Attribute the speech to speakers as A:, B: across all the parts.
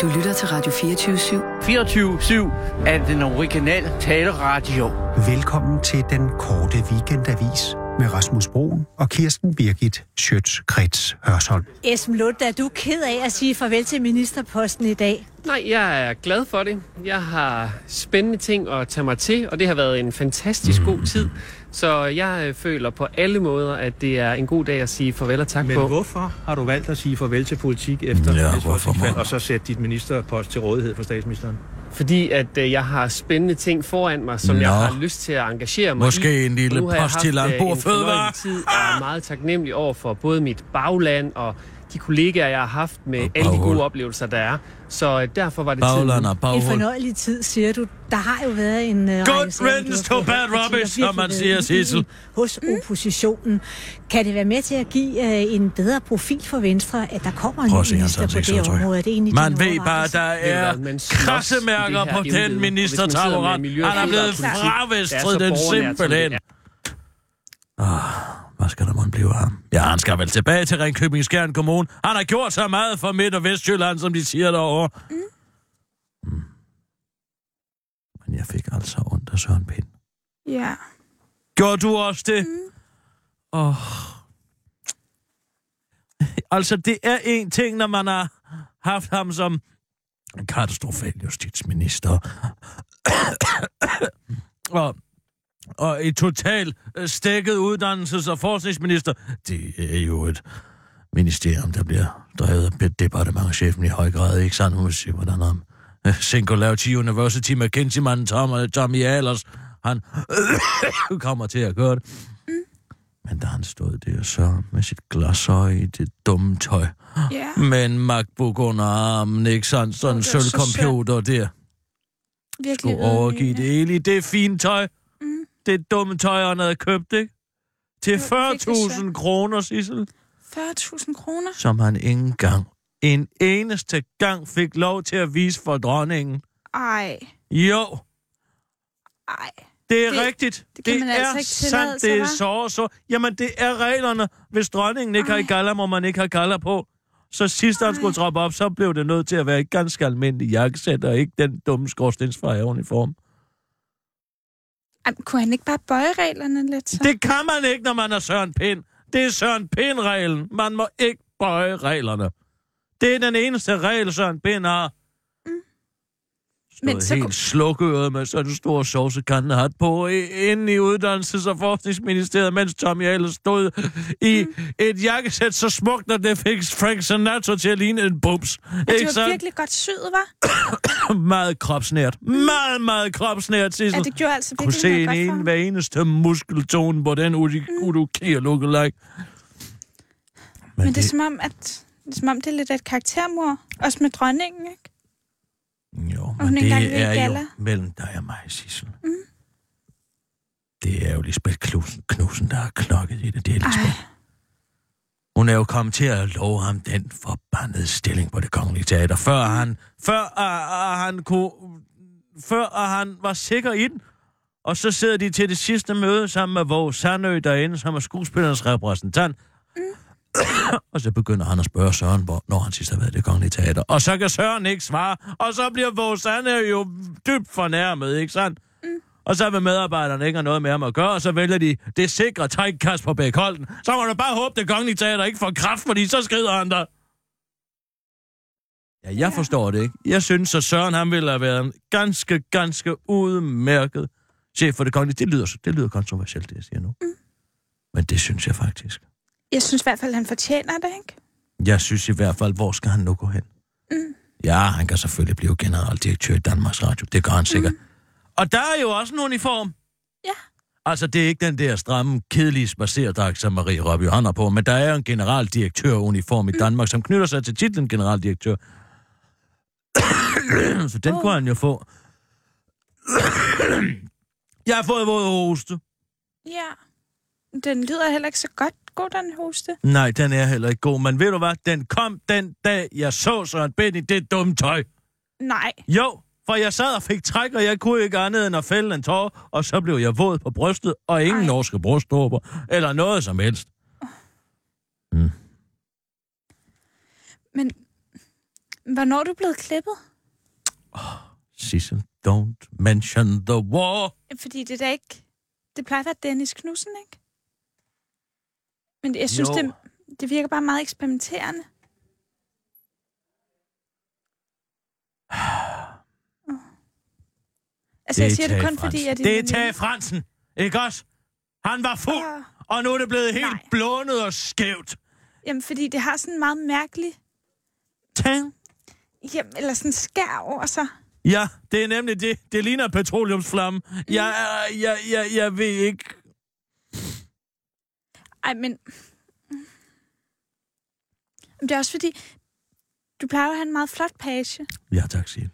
A: Du lytter til Radio 24 /7.
B: 24-7 er den originale taleradio.
C: Velkommen til den korte weekendavis med Rasmus Broen og Kirsten Birgit Schøtz-Krets Hørsholm.
D: Esben Lund, er du ked af at sige farvel til ministerposten i dag?
E: Nej, jeg er glad for det. Jeg har spændende ting at tage mig til, og det har været en fantastisk
F: Mm.
E: god tid. Så jeg øh, føler på alle måder, at det er en god dag at sige farvel og tak
G: Men
E: på.
G: hvorfor har du valgt at sige farvel til politik efter
F: Ja,
G: ja,
F: hvorfor må-
G: folketingsvalg, og så sætte dit ministerpost til rådighed for statsministeren?
E: Fordi at øh, jeg har spændende ting foran mig, som Nå. jeg
F: Nå.
E: har lyst til at engagere mig i.
F: Måske en
E: Og
F: lille
E: nu har jeg
F: post til
E: haft, øh,
F: Langbo
E: en
F: Fødevare.
E: fornøjelig tid, og er meget taknemmelig over for både mit bagland og de kollegaer, jeg har haft med
F: Og
E: alle de
F: baghul.
E: gode oplevelser, der er. Så øh, derfor var det
F: Bagland
E: tiden.
F: og
D: En
F: baghul.
D: fornøjelig tid, siger du. Der har jo været en... Uh,
F: Good riddance to bad rubbish, som man siger, Sissel.
D: Hos oppositionen. Kan det være med til at give uh, en bedre profil for Venstre, at der kommer en
F: Prøv at se
D: ny
F: hans
D: minister på det
F: ansigtsudtryk.
D: område? Er det egentlig
F: Man
D: din
F: ved bare,
D: overvejelse?
F: der
E: Ved du
F: er
E: hvad, man slås i
F: krassemærker
E: det her
F: på
E: embede. Hvis
F: den
E: man sidder med
F: ministertaburet.
E: miljø-
F: Han er blevet
E: Klart.
F: fravæstret
E: Det er
F: den
E: så borgernært, som det
F: simpelthen. Ah,
E: er.
F: Hvad skal der måtte blive af ham? Ja, han skal vel tilbage til Ringkøbing Skjern Kommune. Han har gjort så meget for Midt- og Vestjylland, som de siger derovre. Mm. Men jeg fik altså ondt af Søren Pind.
H: Ja.
F: Gjorde du også det? Mm. Oh. Altså, det er en ting, når man har haft ham som en katastrofal justitsminister. og, og et totalt øh, stækket uddannelses- og forskningsminister. Det er jo et ministerium, der bliver drevet af departementchefen i høj grad, ikke sandt? Nu må vi se, hvordan ham øh, Singularity University McKinsey-manden Tom, øh, Tommy Ahlers, han kommer til at gøre det. Men da han stod der så med sit glasøje i det dumme tøj,
H: Ja.
F: med en MacBook under armen, ikke sandt? Sådan
H: Åh,
F: en
H: det var så
F: sølvcomputer der.
H: Virkelig
F: Skulle overgive det
H: ydmygende.
F: hele i det fine tøj. Det dumme tøj, han havde købt, ikke? Til
H: Mm. det var virkelig
F: 40.000 kroner, Sissel.
H: 40.000 kroner?
F: Som han ikke engang, en eneste gang fik lov til at vise for dronningen.
H: Ej,
F: Jo,
H: ej.
F: Det er
H: Det-
F: rigtigt.
H: det kan man altså
F: er
H: ikke tillade
F: sandt,
H: sig,
F: det er
H: hva'?
F: så og så. Jamen, det er reglerne. Hvis dronningen ikke Ej. har i
H: Ej.
F: galler, må man ikke have galler på. Så sidst han
H: Ej.
F: skulle troppe op, så blev det nødt til at være et ganske almindeligt jakkesæt, og ikke den dumme skorstensfejre uniform.
H: Ej, kunne han ikke bare bøje reglerne lidt så?
F: Det kan man ikke, når man er Søren Pind. Det er Søren Pind-reglen. Man må ikke bøje reglerne. Det er den eneste regel, Søren Pind har. Men
H: Mm. Men
F: så
H: så
F: helt
H: kunne-
F: slukøret med sådan en stor sovsekande hat på i- inde i uddannelses- og forskningsministeriet, mens Tommy Ahlers stod i mm. et jakkesæt så smukt, at det fik Frank Sinatra til at ligne en bums.
H: Men det
F: Ikke
H: var
F: så
H: virkelig godt syet, var?
F: meget kropsnært. Meget, meget kropsnært, Sissel.
H: Ja, det gjorde altså
F: kunne
H: virkelig
F: se
H: noget
F: en,
H: godt for
F: en
H: ham.
F: hver eneste muskeltone på den udukier mm. lookalike.
H: Men det er som om, at det er som om, det er lidt af et karaktermor. Også med dronningen, ikke?
F: Jo,
H: hun
F: men
H: ikke engang vil
F: det
H: i
F: er jo
H: galla.
F: mellem dig og mig, Sissel. Mm. Det er jo Lisbeth Knudsen, Knudsen der har klokket i det. Det er Lisbeth. Hun er jo kommet til at love ham den forbandede stilling på det kongelige teater, før han, før, uh, uh, han, kunne, før uh, han var sikker i den. Og så sidder de til det sidste møde sammen med Våge Sandø derinde, som er skuespillernes repræsentant. Og så begynder han at spørge Søren, hvor, når han sidst har været i det kongelige teater. Og så kan Søren ikke svare, og så bliver vores Sande jo dybt fornærmet, ikke sandt? Mm. Og så vil medarbejderne ikke have noget med ham at gøre, og så vælger de det sikre træk Kasper Bæk Holten. Så må du bare håbe, det kongelige teater ikke får kraft, fordi så skrider han der. Ja, jeg ja. forstår det ikke. Jeg synes, at Søren han ville have været en ganske, ganske udmærket chef for det kongelige. Det lyder, det lyder kontroversielt, det jeg siger nu. Mm. Men det synes jeg faktisk.
H: Jeg synes i hvert fald, han fortjener det, ikke?
F: Jeg synes i hvert fald, hvor skal han nu gå hen? Mm. Ja, han kan selvfølgelig blive generaldirektør i Danmarks Radio. Det gør han sikkert. Mm. Og der er jo også en uniform.
H: Ja.
F: Altså, det er ikke den der stramme, kedelige spacerdragt, som Marie Robby har på, men der er jo en generaldirektøruniform i Danmark, som knytter sig til titlen generaldirektør. Så den oh. kunne han jo få. Jeg har fået våd hoste.
H: Ja. Den lyder heller ikke så godt, god den hoste.
F: Nej, den er heller ikke god, men ved du hvad? Den kom den dag, jeg så Søren Bind i det dumme tøj.
H: Nej.
F: Jo, for jeg sad og fik træk, og jeg kunne ikke andet end at fælde en tår, og så blev jeg våd på brystet, og ingen Ej.
H: Ej.
F: norske brystdåber, eller noget som helst.
H: Men Hvornår er du blevet klippet?
F: Sissel, don't mention the war.
H: Fordi det er da ikke... Det plejer at være Dennis Knudsen, ikke? Men jeg synes,
F: Jo.
H: det, det virker bare meget eksperimenterende. Åh. Altså, jeg siger det kun fordi, at...
F: Det er Tage Fransen, ikke også? Han var fuld,
H: Ja.
F: og nu er det blevet helt
H: Øh, Nej.
F: blånet og skævt.
H: Jamen, fordi det har sådan en meget mærkelig...
F: Tag.
H: Jamen, eller sådan en skær over sig.
F: Ja, det er nemlig det. Det ligner petroleumsflamme. Jeg, jeg, jeg, jeg, jeg ved ikke.
H: Ej, men... Men det er også fordi, du plejer jo at have en meget flot page.
F: Ja, tak, Sissel.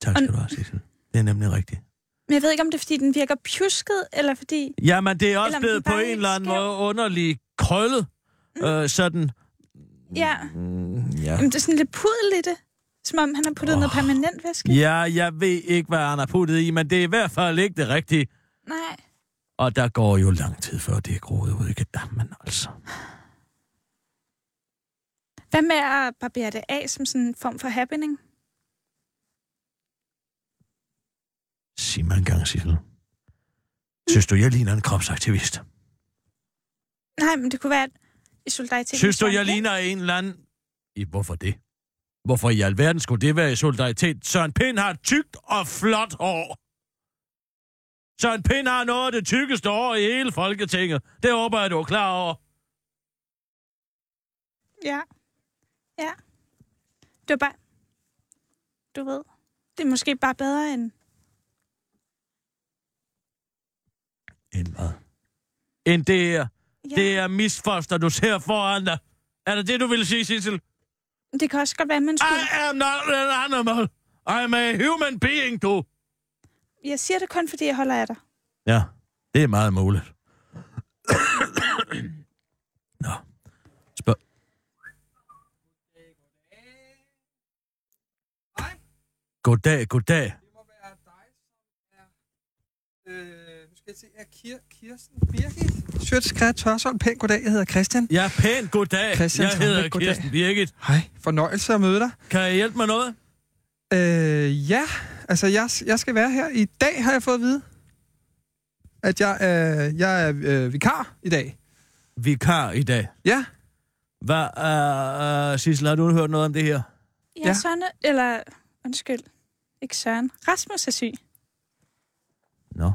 F: Tak skal du have, Sissel. Det er nemlig rigtigt.
H: Men jeg ved ikke, om det er, fordi den virker pjusket, eller fordi...
F: Jamen, det er også
H: Eller om
F: blevet
H: de bare
F: på
H: er
F: en
H: helt
F: eller anden
H: skæv.
F: måde underlig krøllet. Mm. Øh, sådan.
H: Ja,
F: Mm, ja.
H: jamen, det er sådan lidt pudel i det. Som om han har puttet oh. noget permanent væske.
F: ja, jeg ved ikke, hvad han har puttet i, men det er i hvert fald ikke det rigtige.
H: Nej.
F: Og der går jo lang tid, før det er groet ud. Ikke? Jamen altså.
H: Hvad med at barbere det af som sådan en form for happening?
F: Sig mig engang, Sissel. Synes du, jeg ligner en kropsaktivist?
H: Nej, men det kunne være, at i solidaritet...
F: Synes du,
H: med
F: jeg
H: Søren
F: ligner en eller anden... I, hvorfor det? Hvorfor i alverden skulle det være i solidaritet? Søren Pind har et tykt og flot hår. Søren Pind har noget af det tykkeste hår i hele Folketinget. Det håber jeg, du er klar over.
H: Pind? Ja. Ja. Det var bare... Du ved, det er måske bare bedre end...
F: End hvad? End det her.
H: Ja.
F: Det er misfoster, du ser foran dig. Er det det, du vil sige, Sissel?
H: Det kan også godt være, at man skulle...
F: I am not an animal. I'm a human being, du.
H: Jeg siger det kun, fordi jeg holder af dig.
F: Ja, det er meget muligt. Nå, spørg... Goddag, goddag.
A: Øh, nu skal jeg se, er Kir- Kirsten Birgit? Sjøtskrat Tørsholm, pænt goddag, jeg hedder Christian.
F: Ja, pænt goddag.
A: Christian
F: jeg hedder
A: Tranbæk, goddag.
F: Kirsten Birgit.
A: Hej, fornøjelse at møde dig.
F: Kan jeg hjælpe med noget?
A: Øh, ja, altså jeg, jeg skal være her i dag, har jeg fået at vide. At jeg, øh, jeg er øh, vikar i dag.
F: Vikar i dag.
A: Ja,
F: Hvad, uh, uh, Sissel, har du hørt noget om det her?
H: Ja, ja.
A: Ja.
H: Søren, er- eller undskyld, ikke Søren. Rasmus er syg.
F: Nå.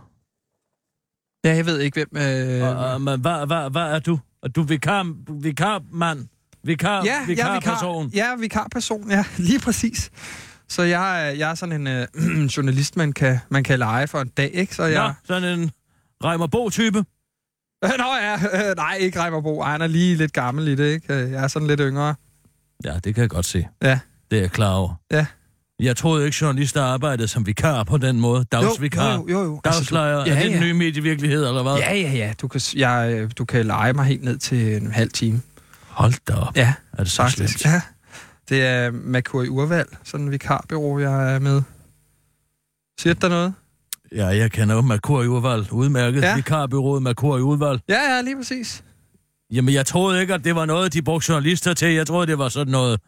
A: ja jeg ved ikke, hvem... Øh,
F: Og, uh, men hvad, hvad, hvad er du? Er du vikar, vikarmand? Vikar,
A: ja, jeg er
F: vikarperson?
A: vikar, ja, vikarperson, ja, lige præcis. Så jeg, er- jeg er sådan en øh, journalist, man kan, man kan lege for en dag, ikke? Så jeg,
F: Nå, sådan en Reimer Bo-type.
A: Nå ja, øh, nej, ikke Reimer Bo. Ej, Han er lige lidt gammel i det, ikke? Øh, Jeg er sådan lidt yngre.
F: Ja, det kan jeg godt se.
A: Ja.
F: Det er jeg klar over.
A: Ja.
F: Jeg troede ikke, journalister arbejdede som vikar på den måde. Dagsvikar.
A: Jo, jo, jo. jo.
F: Dagslejre.
A: du, ja,
F: er det
A: ja.
F: den nye medievirkelighed, eller hvad?
A: Ja, ja, ja. Du kan, s- jeg, øh, du kan lege mig helt ned til en halv time.
F: Hold da op.
A: Ja,
F: Er det så
A: faktisk.
F: slemt?
A: Ja. Det er Merkur i Urval, sådan en vikarbyrå, jeg er med. Siger det dig noget?
F: Ja, jeg kender jo Merkur i Udvalg. Udmærket. Ja.
A: Ja.
F: Vikarbyrået Merkur i Udvalg.
A: Ja, ja, lige præcis.
F: Jamen, jeg troede ikke, at det var noget, de brugte journalister til. Jeg troede, det var sådan noget...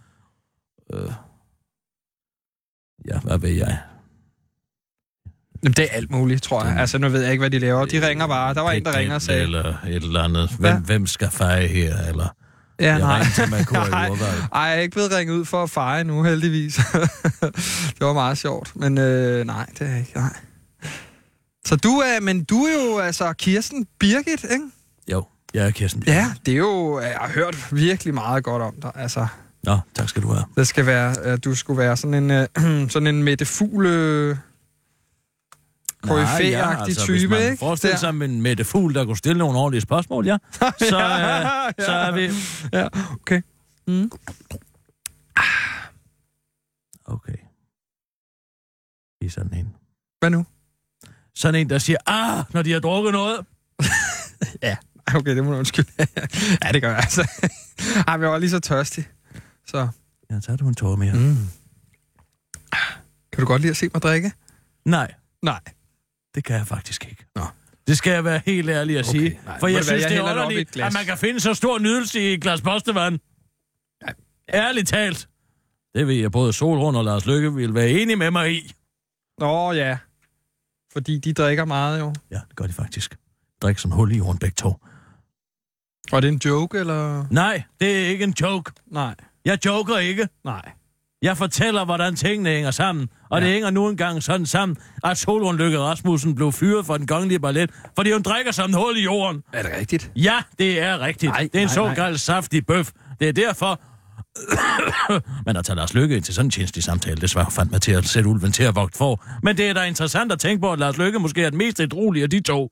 F: Øh... Ja, hvad ved jeg?
A: Jamen, det er alt muligt, tror jeg. Altså, nu ved jeg ikke, hvad de laver. De ringer bare. Der var en, der ringer og sagde...
F: Eller et eller andet. Hvem,
A: Ja.
F: hvem skal feje her? Eller...
A: Ja,
F: jeg
A: nej.
F: ringer til Merkur
A: Nej.
F: i Udvalg.
A: Ej, jeg er ikke blevet ringet ud for at fejre nu, heldigvis. det var meget sjovt, men øh, nej, det er jeg ikke, nej. Så du er, men du er jo altså Kirsten Birgit, ikke?
F: Jo, jeg er Kirsten. Birgit.
A: Ja, det er jo, øh, jeg har hørt virkelig meget godt om dig, altså.
F: Nå, tak skal du have.
A: Det skal være, øh, du skulle være sådan en, øh, sådan en Mette Fugle...
F: Nej, altså,
A: Koryfæ-agtig
F: hvis
A: type,
F: man
A: ikke?
F: forestiller
A: Der.
F: sig en Mette Fugl, der kunne stille nogle ordentlige spørgsmål, ja, så, øh, så er vi...
A: Ja, okay. Mm.
F: Ah. Okay. Det er sådan en.
A: Hvad nu?
F: Sådan en, der siger, ah, når de har drukket noget.
A: Okay, det må du undskylde. ja, det gør jeg altså. Ej, men jeg var lige så tørstig. Så,
F: Ja, så har du en tåre mere. Mm.
A: mm. Kan du godt lide at se mig drikke?
F: Nej,
A: Nej.
F: det kan jeg faktisk ikke.
A: Nå.
F: Det skal jeg være helt ærlig at
A: Okay,
F: sige.
A: nej.
F: For
A: Ved
F: jeg
A: du hvad,
F: synes,
A: jeg
F: det er
A: hælder det op i et
F: underligt,
A: glas.
F: at man kan finde så stor nydelse i et glas postevand. Ærligt talt. Det ved jeg, både Solrund og Lars Lykke vil være enige med mig i.
A: Nå ja, fordi de drikker meget jo.
F: Ja, det gør de faktisk. Drik som hul i jorden begge to.
A: Og er det en joke, eller?
F: Nej, det er ikke en joke.
A: Nej,
F: Jeg joker ikke.
A: nej.
F: Jeg fortæller, hvordan tingene hænger sammen. Og ja. det hænger nu engang sådan sammen, at Solrund Lykke Rasmussen blev fyret fra den kongelige ballet, fordi hun drikker som en hul i jorden.
A: Er det rigtigt?
F: Ja, det er rigtigt.
A: Nej,
F: Nej, det er en
A: nej,
F: såkaldt saftig bøf. Det er derfor... Men at tage Lars Lykke ind til sådan en tjenestlig samtale, det svarer fandt mig til at sætte ulven til at vogte for. Men det er da interessant at tænke på, at Lars Lykke måske er den mest edruelige af de to.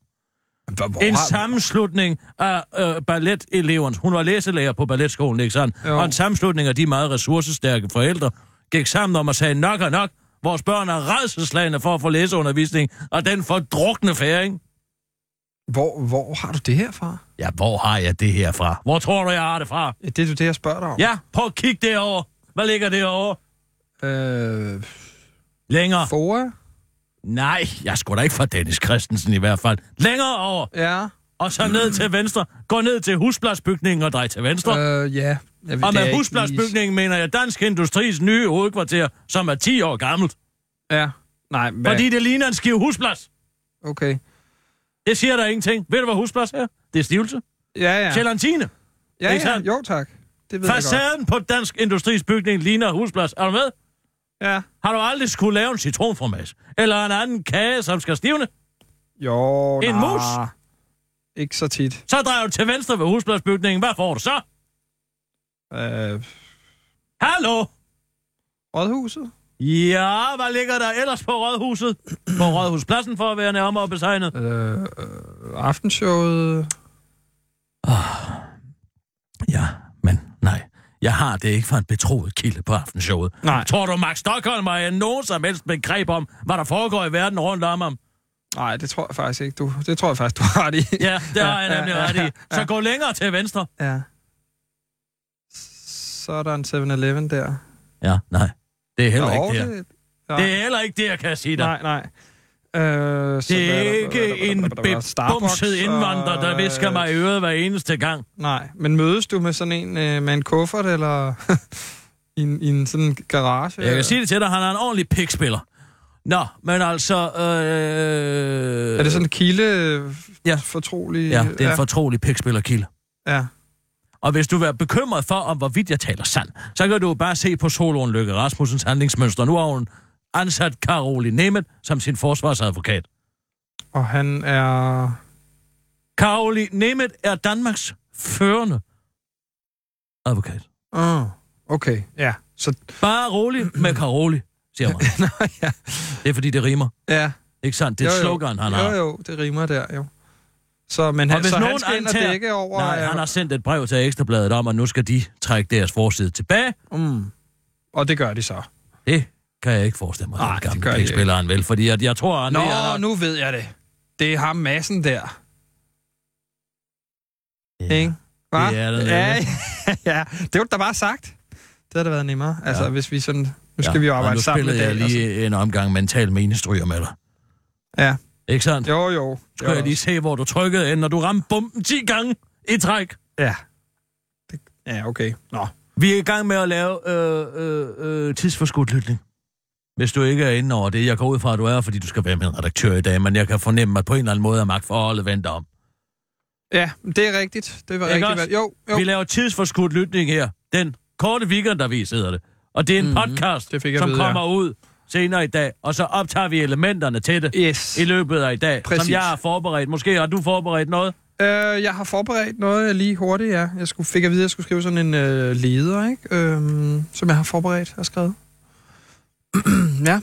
A: Hvor, hvor
F: En
A: har-
F: sammenslutning af øh, balleteleveren. Hun var læselærer på balletskolen, ikke sandt?
A: Jo.
F: Og en sammenslutning af de meget ressourcestærke forældre gik sammen om at sige nok og nok. Vores børn er redselslagende for at få læseundervisning, og den fordrukne færing.
A: Hvor, hvor har du det her fra?
F: Ja, hvor har jeg det her fra? Hvor tror du, jeg har det fra?
A: Det er jo det, jeg spørger dig om.
F: Ja, prøv at kigge derovre. Hvad ligger derovre?
A: Øh,
F: Længere. For...
A: Fora?
F: Nej, jeg skulle da ikke fra Dennis Christensen i hvert fald. Længere over,
A: Ja.
F: og så ned til venstre. Gå ned til huspladsbygningen og drej til venstre. Øh,
A: Øh, ja. Jeg, ved,
F: og
A: det er
F: med
A: ikke lige-
F: huspladsbygningen mener jeg Dansk Industris nye hovedkvarter, som er 10 år gammelt.
A: Ja. Nej, hvad?
F: Hvad? Fordi det ligner en skive husplads.
A: Okay.
F: Det siger der ingenting. Ved du, hvad husplads er? Det er stivelse.
A: Ja, ja.
F: Ja. Gelatine.
A: ja,
F: ikke
A: ja.
F: sandt?
A: Jo, tak. Det ved jeg
F: Facaden på Dansk Industris bygning ligner husplads. Er du med?
A: godt. Ja.
F: Har du aldrig skulle lave en citronformas? Eller en anden kage, som skal stivne?
A: Jo,
F: En
A: nah.
F: mus?
A: Ikke så tit.
F: Så drejer du til venstre ved huspladsbygningen. Hvad får du så?
A: Øh,
F: Hallo?
A: Rådhuset?
F: Ja, hvad ligger der ellers på rådhuset? På rådhuspladsen for at være nærmere betegnet.
A: Øh, øh, aftenshowet?
F: Ja, men nej. Jeg har det ikke fra en betroet kilde på aftenshowet.
A: Nej.
F: Tror du, Max Stockholm har nogen som helst begreb om, hvad der foregår i verden rundt om ham?
A: Nej, det tror jeg faktisk ikke. Du, det tror jeg faktisk, du har det i.
F: Ja, det har jeg nemlig
A: ja,
F: ret
A: ja,
F: i. Så gå længere til venstre.
A: Ja. Så er der en 7-Eleven der.
F: Ja, nej. Det er heller
A: Nå,
F: ikke det. her.
A: det. Nej,
F: Det er heller ikke det, jeg kan sige dig.
A: nej, nej. Øh, så
F: Det
A: hvad
F: er
A: der- hvad
F: ikke
A: der-
F: en
A: hvad der- hvad der- Starbucks
F: bebumset indvandrer, der
A: og,
F: visker mig i øret hver eneste gang.
A: Nej, men mødes du med sådan en øh, med en kuffert eller i, en, i en sådan en garage?
F: Jeg
A: eller?
F: kan sige det til dig, han er en ordentlig pikspiller. Nå, men altså... Øh...
A: Er det sådan en kilde øh,
F: Ja.
A: fortrolig?
F: Ja, det er en fortrolig pikspillerkilde.
A: ja.
F: Og hvis du er bekymret for, om hvorvidt jeg taler sandt, så kan du jo bare se på soloen Løkke Rasmussens handlingsmønster. Nu har hun ansat Karoli Nemeth som sin forsvarsadvokat.
A: Og han er...
F: Karoli Nemeth er Danmarks førende advokat.
A: Åh, okay, ja. Så,
F: Bare rolig med Karoli, siger man.
A: nå, ja.
F: Det er fordi, det rimer.
A: ja.
F: Ikke sandt? Det er
A: Jo,
F: et
A: jo.
F: slogan, han har.
A: Jo, jo, det rimer der, jo. Så, men han,
F: hvis
A: så han
F: nogen
A: skal ind
F: antager-
A: og dække over... øh,
F: Nej,
A: ja.
F: han har sendt et brev til Ekstrabladet om, at nu skal de trække deres forside tilbage.
A: mm. Og det gør de så.
F: Det kan jeg ikke forestille mig,
A: Nej,
F: den
A: det
F: gamle
A: gør de ikke.
F: pikspilleren vel, fordi at jeg tror, at han
A: Nå,
F: ved, at han-
A: nu ved jeg det. Det er ham massen der, ja. ikke? Hva?
F: Det er det
A: ja,
F: nemlig.
A: ja, det var da bare sagt. Det havde da været nemmere. Altså,
F: Ja.
A: ja. hvis vi sådan... Nu skal ja. vi jo
F: og
A: arbejde
F: nu
A: sammen med
F: spillede
A: det.
F: jeg lige en omgang mental menestryger med dig.
A: Ja.
F: Ikke sandt?
A: Jo, jo.
F: Så kan jeg
A: jo.
F: lige se, hvor du trykkede ind, når du ramte bomben 10 gange i træk.
A: Ja. Det, ja, okay. Nå.
F: Vi er i gang med at lave øh, øh, øh, tidsforskudt lytning. Hvis du ikke er inde over det, jeg går ud fra, at du er, fordi du skal være med en redaktør i dag, men jeg kan fornemme, at på en eller anden måde er magtforholdet vendt om.
A: Ja, det er rigtigt. Det var
F: Ikke
A: rigtigt.
F: også?
A: valgt. Jo, jo.
F: Vi laver tidsforskudt lytning her. Den korte weekendavis hedder det. Og det er en mm-hmm. podcast,
A: Det fik jeg
F: som
A: at vide, ja.
F: kommer ud senere i dag, og så optager vi elementerne til det
A: Yes.
F: i løbet af i dag,
A: Præcis.
F: som jeg har forberedt. Måske har du forberedt noget?
A: Øh, jeg har forberedt noget lige hurtigt, ja. Jeg skulle, fik at vide, at jeg skulle skrive sådan en øh, leder, ikke? Øhm, som jeg har forberedt og skrevet. ja.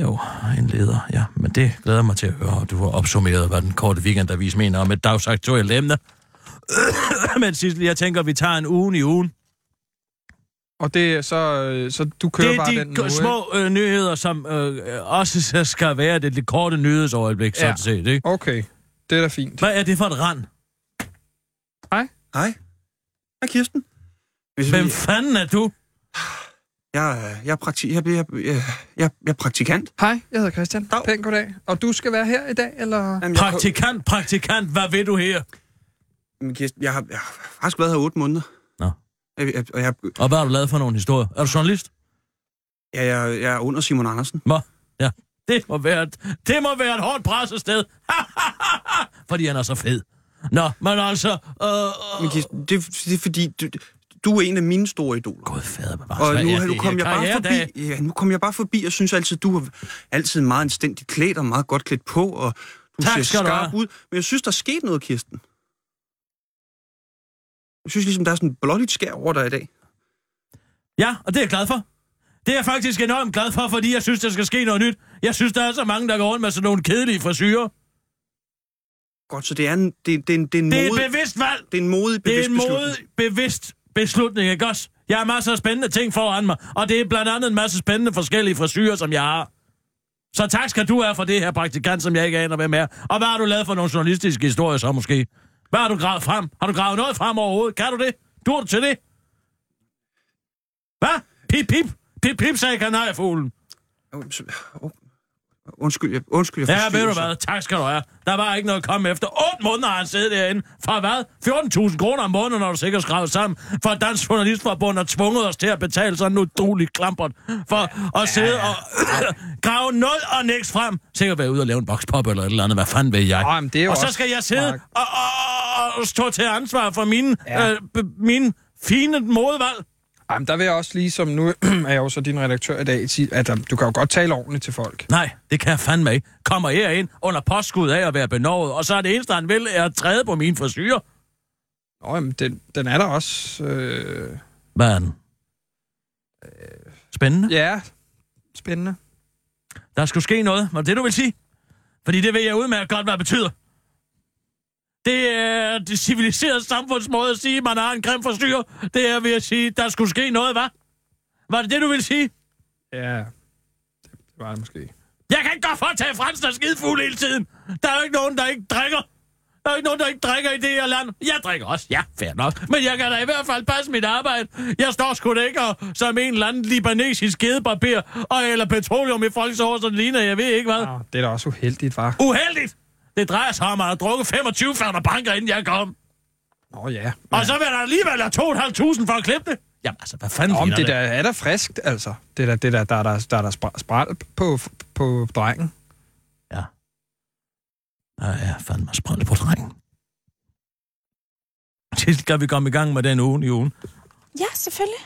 F: Jo, en leder, ja. Men det glæder jeg mig til at høre, og du har opsummeret, hvad den korte weekendavis mener om et dagsaktuelt emne. Men Sissel, jeg tænker, vi tager en ugen i ugen.
A: Og det er så, øh, så du kører
F: Det er
A: bare
F: de
A: den nu,
F: ko-
A: ikke?
F: små øh, nyheder, som øh, øh, også så skal være det lidt korte nyhedsøjeblik, ja.
A: Ja.
F: sådan set, ikke?
A: Okay, det er da fint.
F: Hvad er det for et rand?
I: Hej. Hej, Kirsten. Hvis
F: Hvem fanden er du?
I: Jeg, er- jeg, er prakti, jeg, jeg, jeg, jeg, jeg er praktikant.
A: Hej, jeg hedder Christian.
I: Dag.
A: Pænt goddag. Og du skal være her i dag, eller?
I: Jamen, jeg,
F: Praktikant, praktikant, hvad ved du her?
I: Men Kirsten, jeg har, jeg har faktisk været her otte måneder.
F: Nå.
I: Jeg, jeg, og jeg,
F: Og hvad har du lavet for nogle historier? Er du journalist?
I: Ja, jeg, jeg er under Simon Andersen.
F: Må, ja. Det må være et, det må være et hårdt presset sted. Fordi han er så fed. Nå, men altså... Øh,
I: Men
F: øh,
I: Kirsten, det, det er fordi, du, du er en af mine store idoler.
F: Gud fader, hvad
I: Og
F: så
I: nu,
F: er
I: har- nu
F: det
I: kom
F: her
I: jeg bare
F: karrieredage?
I: forbi, ja, nu kom jeg bare forbi, og synes altid, du er altid meget anstændigt klædt og meget godt klædt på, og du
F: Tak
I: ser
F: skal du
I: skarp
F: have.
I: ud. Men jeg synes, der er sket noget, Kirsten. Jeg synes ligesom, der er sådan blåligt skær over dig i dag.
F: Ja, og det er jeg glad for. Det er jeg faktisk enormt glad for, fordi jeg synes, der skal ske noget nyt. Jeg synes, der er så mange, der går rundt med sådan nogle kedelige frisyrer.
I: Godt, så det er en, det, det, er en- det er en
F: Det er
I: mode...
F: et bevidst valg.
I: det er en modig
F: Det er
I: bevidst
F: en
I: beslutning.
F: mode bevidst beslutning, ikke også? Jeg har masser af spændende ting foran mig, og det er blandt andet en masse spændende forskellige frisyrer, som jeg har. Så tak skal du have for det her praktikant, som jeg ikke aner, hvem er. Og hvad har du lavet for nogle journalistiske historier så måske? Hvad har du gravet frem? Har du gravet noget frem overhovedet? Kan du det? Du er du til det? Hvad? Pip, pip. Pip, pip, sagde kanariefuglen.
I: Åh, så- åh, Undskyld, jeg, undskyld, jeg
F: Ja, ved du
I: forstyrrer så.
F: hvad? Tak skal du have. Der var ikke noget at komme efter. 8 måneder har han siddet derinde. Fra hvad? 14.000 kroner om måneden har du sikkert skrevet sammen. For Dansk Journalistforbund har tvunget os til at betale sådan en udulig klampert. For at sidde og grave nul og niks frem. Sikkert være ude og lave en boxpop eller et eller andet. Hvad fanden ved jeg?
A: Nå, men det er jo
F: og så
A: også-
F: skal jeg sidde
A: Mark.
F: og, og, og, og stå til ansvar for mine, ja. øh, b- mine fine modvalg.
A: Jamen, der vil jeg også lige, som nu er jeg jo så din redaktør i dag, sige, at um, du kan jo godt tale ordentligt til folk.
F: Nej, det kan jeg fandme ikke. Kommer her ind under påskud af at være benovet, og så er det eneste, han vil, er at træde på mine frisyrer.
A: Nå, jamen, den, den er der også. Øh,
F: Hvad er den? Øh. Spændende. Ja.
A: ja, spændende.
F: Der skulle ske noget, var det det, du vil sige? Fordi det ved jeg udmærket godt, hvad det betyder. Det er det civiliserede samfunds måde at sige, at man har en grim forstyr. Det er ved at sige, der skulle ske noget, hvad? Var det det, du ville sige?
A: Ja, det, det var det måske.
F: Jeg kan ikke godt foretage fransk, der er skidefuld hele tiden. Der er jo ikke nogen, der ikke drikker. Der er ikke nogen, der ikke drikker i det her land. Jeg drikker også, ja, fair nok. Men jeg kan da i hvert fald passe mit arbejde. Jeg står sgu da ikke og, som en eller anden libanesisk gedebarbær og eller petroleum i folks hår, så det ligner, jeg ved ikke hvad.
A: Nå, det er da også uheldigt, var.
F: Uheldigt! Det drejer sig om, at jeg har drukket 25 færder banker, inden jeg kom.
A: Nå ja.
F: Og så vil der alligevel have 2.500 for at klippe det. Jamen altså, hvad fanden
A: Om
F: ligner
A: det der er da friskt, altså. Det der, det der, der, er der, der, er der spra- spræl på, på drengen.
F: Ja. Der er fandme sprændt på drengen. Så skal vi komme i gang med den ugen i ugen.
H: Ja, selvfølgelig.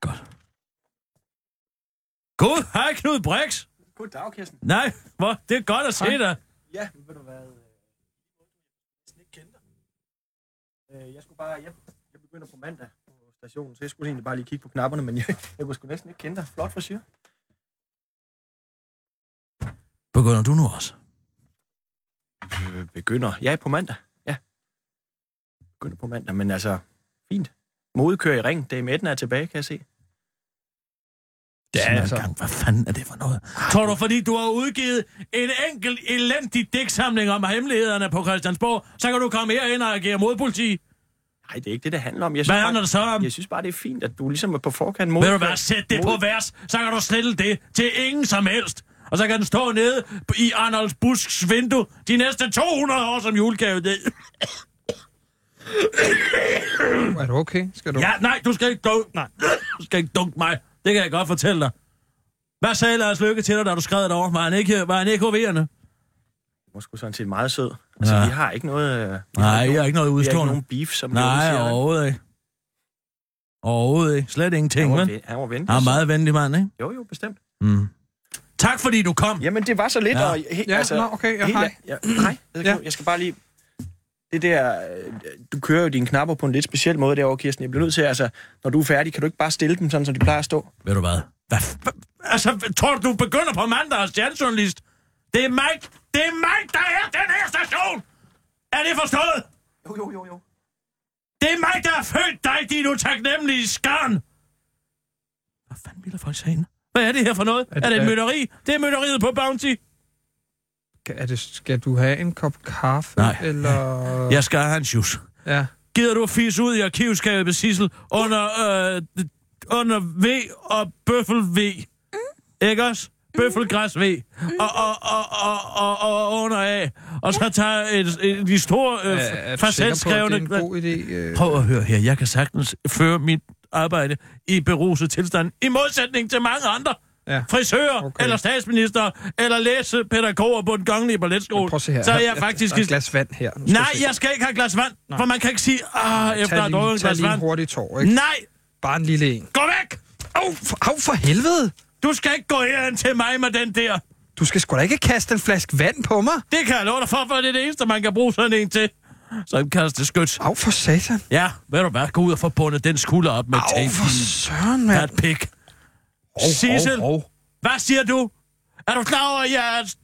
F: Godt. God, hej Knud Brix.
I: Goddag, Kirsten.
F: Nej, hvor, det er godt at se dig.
I: Ja, ved du hvad? Jeg ikke kendte dig. Jeg skulle bare... Jeg, jeg begynder på mandag på stationen, så jeg skulle egentlig bare lige kigge på knapperne, men jeg, jeg kunne sgu næsten ikke kende dig. Flot frisyr.
F: Begynder du nu også?
I: Øh, begynder. Ja, på mandag. Ja. Begynder på mandag, men altså, fint. Mode kører i ring. Det er midten er tilbage, kan jeg se.
F: Ja,
A: altså.
F: altså. Gang. Hvad fanden er det for noget? Tror du, fordi du har udgivet en enkelt elendig digtsamling om hemmelighederne på Christiansborg, så kan du komme herind og agere modpoliti?
I: Nej, det er ikke det, det handler om. Jeg
F: Hvad
I: bare-
F: handler det så om?
I: Jeg synes bare, det er fint, at du ligesom er på forkant mod...
F: Ved du hvad, sæt det på
I: mod-
F: vers, så kan du slette det til ingen som helst. Og så kan den stå nede i Arnold Busks vindue de næste 200 år som julegave. Det-
A: Er du okay? Skal du...
F: Ja, nej, du skal ikke dunke, nej. Du skal ikke dunke mig. Det kan jeg godt fortælle dig. Hvad sagde Lars Lykke til dig, da du skred derovre? Var han ikke, var han ikke HV'erne?
I: Hun er sgu sådan set meget sød. Altså,
F: Ja.
I: vi har ikke noget... øh, vi
F: Nej,
I: har ikke
F: jeg har ikke noget
I: Vi har ikke
F: udstående.
I: nogen beef, som
F: Nej,
I: det
F: overhovedet ikke. Overhovedet ikke. Slet ingenting, men
I: overhovedet. Han var venlig.
F: han er en meget venlig mand, ikke?
I: Jo, jo, bestemt.
F: Mm. Tak fordi du kom.
I: Jamen, det var så lidt,
F: Ja.
I: og... He, altså,
A: Ja, nå, okay, ja,
I: helt-
A: hej.
I: Ja, hej. Jeg,
A: Ja.
I: jeg skal bare lige... Det der, øh, du kører jo dine knapper på en lidt speciel måde derovre, Kirsten. Jeg bliver nødt til, altså, når du er færdig, kan du ikke bare stille dem, sådan som de plejer at stå?
F: Ved du hvad? hvad f- hva- altså, tror du, du begynder på mandag at stjernejournalist? Det er mig, det er mig, der er den her station! Er det forstået?
I: Jo, jo, jo, jo.
F: Det er mig, der har født dig, din utaknemmelige skarn! Hvad fanden vil der folk sige? Hvad er det her for noget? Er det, er det et
A: er-
F: mytteri? Det er mytteriet på Bounty.
A: Er det, skal du have en kop kaffe?
F: Nej.
A: Eller...
F: Jeg skal have en shoes.
A: ja.
F: Gider du at fisse ud i arkivskabet ved Sissel under, øh, d- under V og bøffel V?
A: Mm.
F: Ikke også? Bøffelgræs V. Og, og, og, og, og, og under A. Og så tager et, et, de store
A: Er, er
F: øh,
A: du sikker på, at det er
F: facetskrevne...
A: en god idé? Øh,
F: Prøv at høre her. Jeg kan sagtens føre mit arbejde i beruset tilstand, i modsætning til mange andre.
A: Ja.
F: Frisører,
A: Okay.
F: okay. eller statsminister, eller læsepædagoger på den kongelige balletskole.
A: Prøv at se her.
F: Så er
A: Her-
F: jeg
A: der-
F: faktisk...
A: Der er et glas vand her. Nu skal
F: Nej,
A: vi se.
F: jeg skal ikke have et glas vand,
A: Nej.
F: Nej. for man kan ikke sige, ah, efter at
A: Tag
F: have drukket
A: lige,
F: et
A: tag
F: glas
A: lige en
F: vand.
A: hurtig tår, ikke?
F: Nej,
A: Bare en lille en.
F: gå væk!
A: Au, for, au, for helvede!
F: Du skal ikke gå herind til mig med den der.
A: Du skal sgu da ikke kaste en flaske vand på mig.
F: Det kan jeg love dig for, for det er det eneste, man kan bruge sådan en til. Sådan kaldes det skyt.
A: Au, for satan.
F: Ja, ved du hvad? Gå ud og få bundet den skulder op med
A: Au,
F: tape.
A: for søren,
F: Ja,
A: mand.
F: et pik. Sissel, hvad siger du? Er du klar over, at jeg er,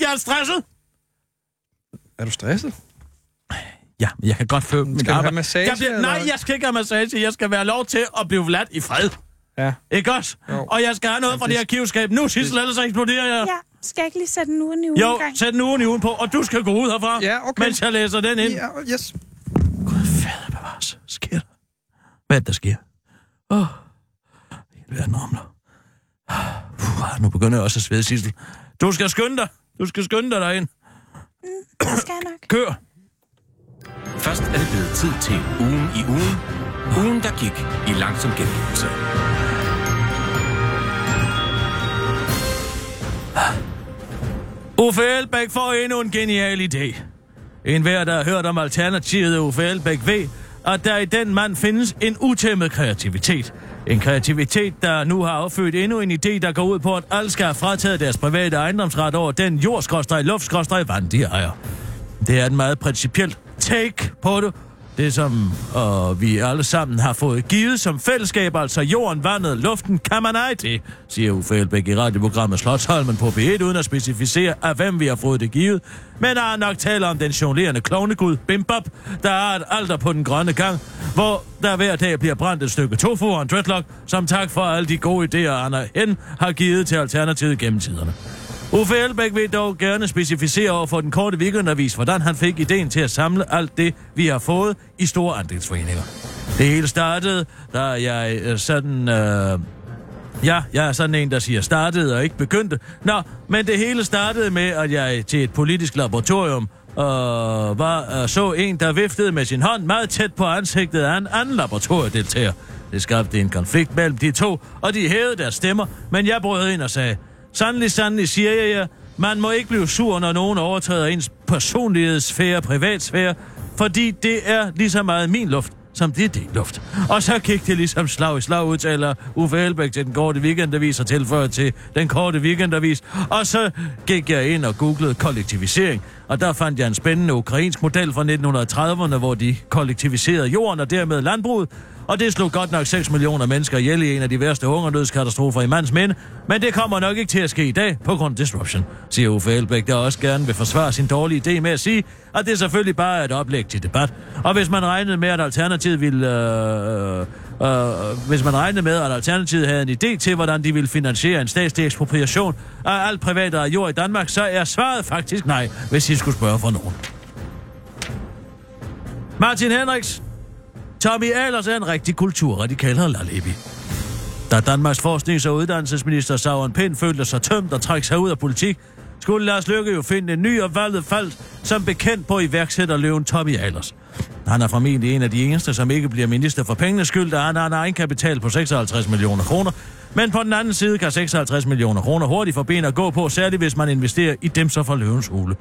F: jeg er stresset?
A: Er du stresset?
F: Ja, men jeg kan godt føle mit
A: have
F: arbejde.
A: massage,
F: jeg bliver,
A: eller
F: nej,
A: hvad?
F: jeg skal ikke have massage. Jeg skal være lov til at blive ladt i fred.
A: Ja.
F: Ikke også?
A: Jo.
F: Og jeg skal have noget fra det her kivskab nu, Sissel, ellers så eksploderer jeg.
H: Ja, skal jeg ikke lige sætte en ugen i ugen
F: Jo,
H: gang?
F: sæt en ugen i ugen på, og du skal gå ud herfra,
A: Ja, okay.
F: mens jeg læser den ind.
A: Ja, yes.
F: Fader bevares. Sker der? Hvad er det, der sker? Åh, oh. hele verden omler. Puh, nu begynder jeg også at svede, Sissel. Du skal skynde dig. Du skal skynde dig derind.
H: Det skal jeg nok.
F: Kør.
J: Først er det blevet tid til ugen i ugen. Ugen, der gik i langsom gengivelse.
F: Uffe Elbæk får endnu en genial idé. En hver, der har hørt om alternativet Uffe Elbæk ved, at der i den mand findes en utæmmet kreativitet. En kreativitet, der nu har affødt endnu en idé, der går ud på, at alle skal have frataget deres private ejendomsret over den jordskrådstræk, luftskrådstræk, vand de ejer. Det er en meget principiel take på det. Det, som øh, vi alle sammen har fået givet som fællesskab, altså jorden, vandet, luften, kan man ej det, siger Uffe Elbæk i radioprogrammet Slotsholmen på B1, uden at specificere, af hvem vi har fået det givet. Men der er nok tale om den jonglerende klovnegud Bimbop, der er et alter på den grønne gang, hvor der hver dag bliver brændt et stykke tofu og en dreadlock, som tak for alle de gode idéer, Anna Hen har givet til Alternativet gennem tiderne. Uffe Elbæk vil dog gerne specificere over for den korte weekendavis, hvordan han fik ideen til at samle alt det, vi har fået i store andelsforeninger. Det hele startede, da jeg øh, sådan... Øh, Ja, jeg er sådan en, der siger startede og ikke begyndte. Nå, men det hele startede med, at jeg til et politisk laboratorium øh, var, øh, så en, der viftede med sin hånd meget tæt på ansigtet af en anden laboratoriedeltager. Det skabte en konflikt mellem de to, og de hævede deres stemmer, men jeg brød ind og sagde, sandelig, sandelig siger jeg jer, man må ikke blive sur, når nogen overtræder ens personlighedssfære og privatsfære, fordi det er lige så meget min luft, som det er din luft. Og så gik det ligesom slag i slag, udtaler Uffe Elbæk til den korte weekendavis og tilføjer til den korte weekendavis. Og så gik jeg ind og googlede kollektivisering, og der fandt jeg en spændende ukrainsk model fra 1930'erne, hvor de kollektiviserede jorden og dermed landbruget. Og det slog godt nok 6 millioner mennesker ihjel i en af de værste hungernødskatastrofer i mands minde, men det kommer nok ikke til at ske i dag på grund af disruption, siger Uffe Elbæk, der også gerne vil forsvare sin dårlige idé med at sige, at det selvfølgelig bare er et oplæg til debat. Og hvis man regnede med, at Alternativet ville... Øh, øh, hvis man regnede med, at Alternativet havde en idé til, hvordan de ville finansiere en statslig ekspropriation af alt privat ejet jord i Danmark, så er svaret faktisk nej, hvis I skulle spørge for nogen. Martin Henriks, Tommy Ahlers er en rigtig kulturradikal og lalebi. Da Danmarks forsknings- og uddannelsesminister Søren Pind følte sig tømt og trak sig ud af politik, skulle Lars Løkke jo finde en ny og valget faldt, som bekendt på iværksætterløven Tommy Ahlers. Han er formentlig en af de eneste, som ikke bliver minister for pengenes skyld, da han har en egen kapital på 56 millioner kroner. Men på den anden side kan 56 millioner kroner hurtigt få ben at gå på, særligt hvis man investerer i dem så fra løvens hule.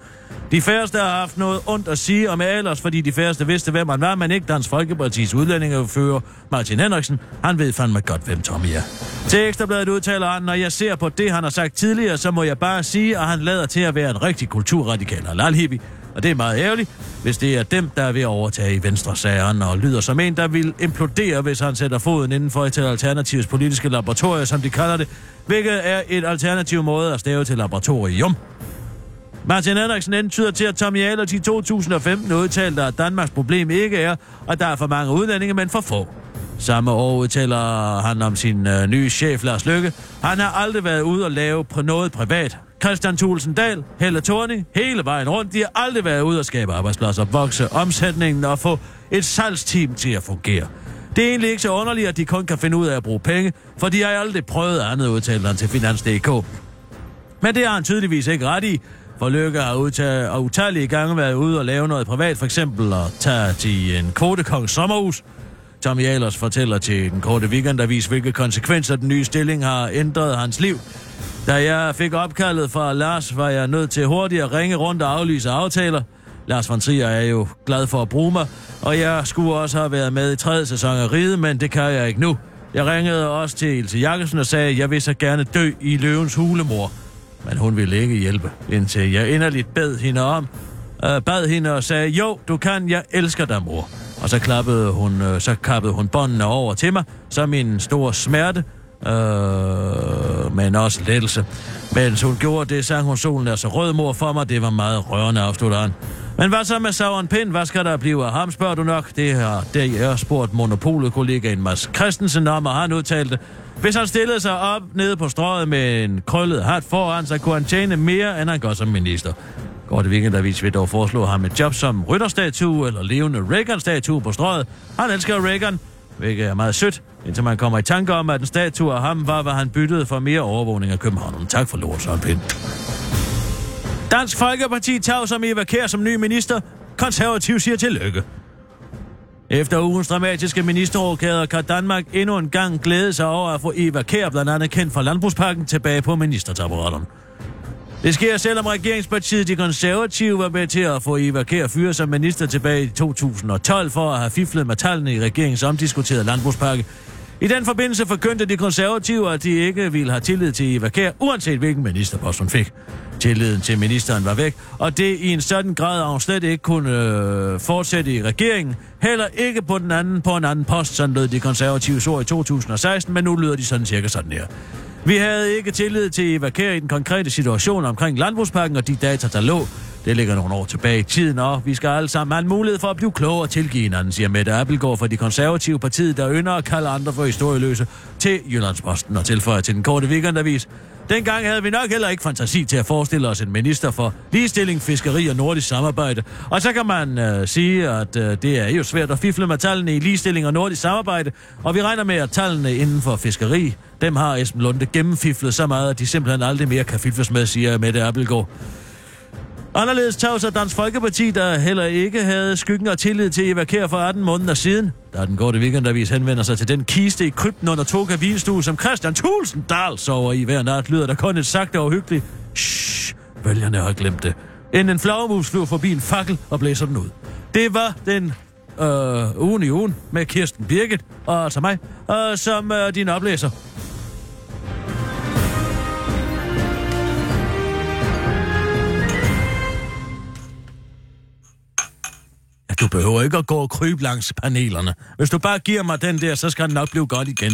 F: De færreste har haft noget ondt at sige om Ahlers, fordi de færreste vidste, hvem han var, men ikke Dansk Folkepartis udlændingefører Martin Henriksen. Han ved fandme godt, hvem Tommy er. Til Ekstrabladet udtaler han, når jeg ser på det, han har sagt tidligere, så må jeg bare sige, at han lader til at være en rigtig kulturradikal og lalhibi. Og det er meget ærgerligt, hvis det er dem, der er ved at overtage i venstre sagerne og lyder som en, der vil implodere, hvis han sætter foden indenfor til Alternativets politiske laboratorium, som de kalder det, hvilket er et alternativ måde at stave til laboratorium. Martin Henriksen antyder til, at Tommy Ahlers i 2015 udtalte, at Danmarks problem ikke er, at der er for mange udlændinge, men for få. Samme år udtaler han om sin øh, nye chef, Lars Lykke. Han har aldrig været ude og lave pr- noget privat. Christian Thulsen Dahl, Helle Thorning, hele vejen rundt, de har aldrig været ude og skabe arbejdspladser, vokse omsætningen og få et salgsteam til at fungere. Det er egentlig ikke så underligt, at de kun kan finde ud af at bruge penge, for de har aldrig prøvet andet, udtaler han til Finans.dk. Men det har han tydeligvis ikke ret i, for Løkke har udtaget, og utallige gange været ude og lave noget privat, for eksempel at tage til en kvotekongs sommerhus. Tom jeg ellers fortæller til den korte weekendavis, hvilke konsekvenser den nye stilling har ændret hans liv. Da jeg fik opkaldet fra Lars, var jeg nødt til hurtigt at ringe rundt og aflyse aftaler. Lars von Trier er jo glad for at bruge mig, og jeg skulle også have været med i tredje sæson af Ride, men det kan jeg ikke nu. Jeg ringede også til Ilse Jakobsen og sagde, at jeg vil så gerne dø i løvens hulemor. Men hun ville ikke hjælpe, indtil jeg inderligt bed hende om. Øh, bad hende og sagde, jo, du kan, jeg elsker dig, mor. Og så, klappede hun, øh, så kappede hun båndene over til mig, som min store smerte, øh, men også lettelse. Mens hun gjorde det, sang hun solen er så rød, mor, for mig. Det var meget rørende, afslutter han. Men hvad så med Sauron Pind? Hvad skal der blive af ham, spørger du nok? Det har det er spurgt monopolet-kollegaen Mads Christensen om, og han udtalte, hvis han stillede sig op nede på strøget med en krøllet hat foran, så kunne han tjene mere, end han gør som minister. Korte weekendavis vil dog foreslå ham et job som rytterstatue eller levende Reagan-statue på strøget. Han elsker Reagan, hvilket er meget sødt, indtil man kommer i tanke om, at en statue af ham var, hvad han byttede for mere overvågning af København. Tak for lort, Søren Pind. Dansk Folkeparti tager som Eva Kær som ny minister. Konservativ siger tillykke. Efter ugens dramatiske ministerrokader kan Danmark endnu en gang glæde sig over at få Eva Kær, blandt andet kendt fra landbrugspakken, tilbage på ministertaburetterne. Det sker selvom regeringspartiet De Konservative var med til at få Eva Kær fyre som minister tilbage i 2012 for at have fiflet med tallene i regeringens omdiskuterede landbrugspakke. I den forbindelse forkyndte de konservative, at de ikke ville have tillid til Eva Kær, uanset hvilken ministerpost hun fik. Tilliden til ministeren var væk, og det i en sådan grad, at hun slet ikke kunne øh, fortsætte i regeringen. Heller ikke på, den anden, på en anden post, sådan lød de konservative ord i 2016, men nu lyder de sådan cirka sådan her. Vi havde ikke tillid til Eva Kær i den konkrete situation omkring landbrugspakken og de data, der lå. Det ligger nogle år tilbage i tiden, og vi skal alle sammen have en mulighed for at blive klogere og tilgive hinanden, siger Mette Appelgaard fra de konservative partiet, der ynder at kalde andre for historieløse til Jyllandsposten og tilføjer til den korte weekendavis. Dengang havde vi nok heller ikke fantasi til at forestille os en minister for ligestilling, fiskeri og nordisk samarbejde. Og så kan man øh, sige, at øh, det er jo svært at fifle med tallene i ligestilling og nordisk samarbejde, og vi regner med, at tallene inden for fiskeri, dem har Esben Lunde gennemfiflet så meget, at de simpelthen aldrig mere kan fifles med, siger Mette Appelgaard. Anderledes tavs af Dansk Folkeparti, der heller ikke havde skyggen og tillid til Eva Kjær for 18 måneder siden. Der er den korte weekendavis henvender sig til den kiste i krypten under Toga Vinstue, som Christian Thulsen Dahl sover i hver nat, lyder der kun et sagt og uhyggeligt. Shh, vælgerne har glemt det. Inden en flagermus flyver forbi en fakkel og blæser den ud. Det var den øh, ugen i ugen med Kirsten Birgit og altså mig, øh, som øh, din oplæser. Ja, du behøver ikke at gå og krybe langs panelerne. Hvis du bare giver mig den der, så skal den nok blive godt igen.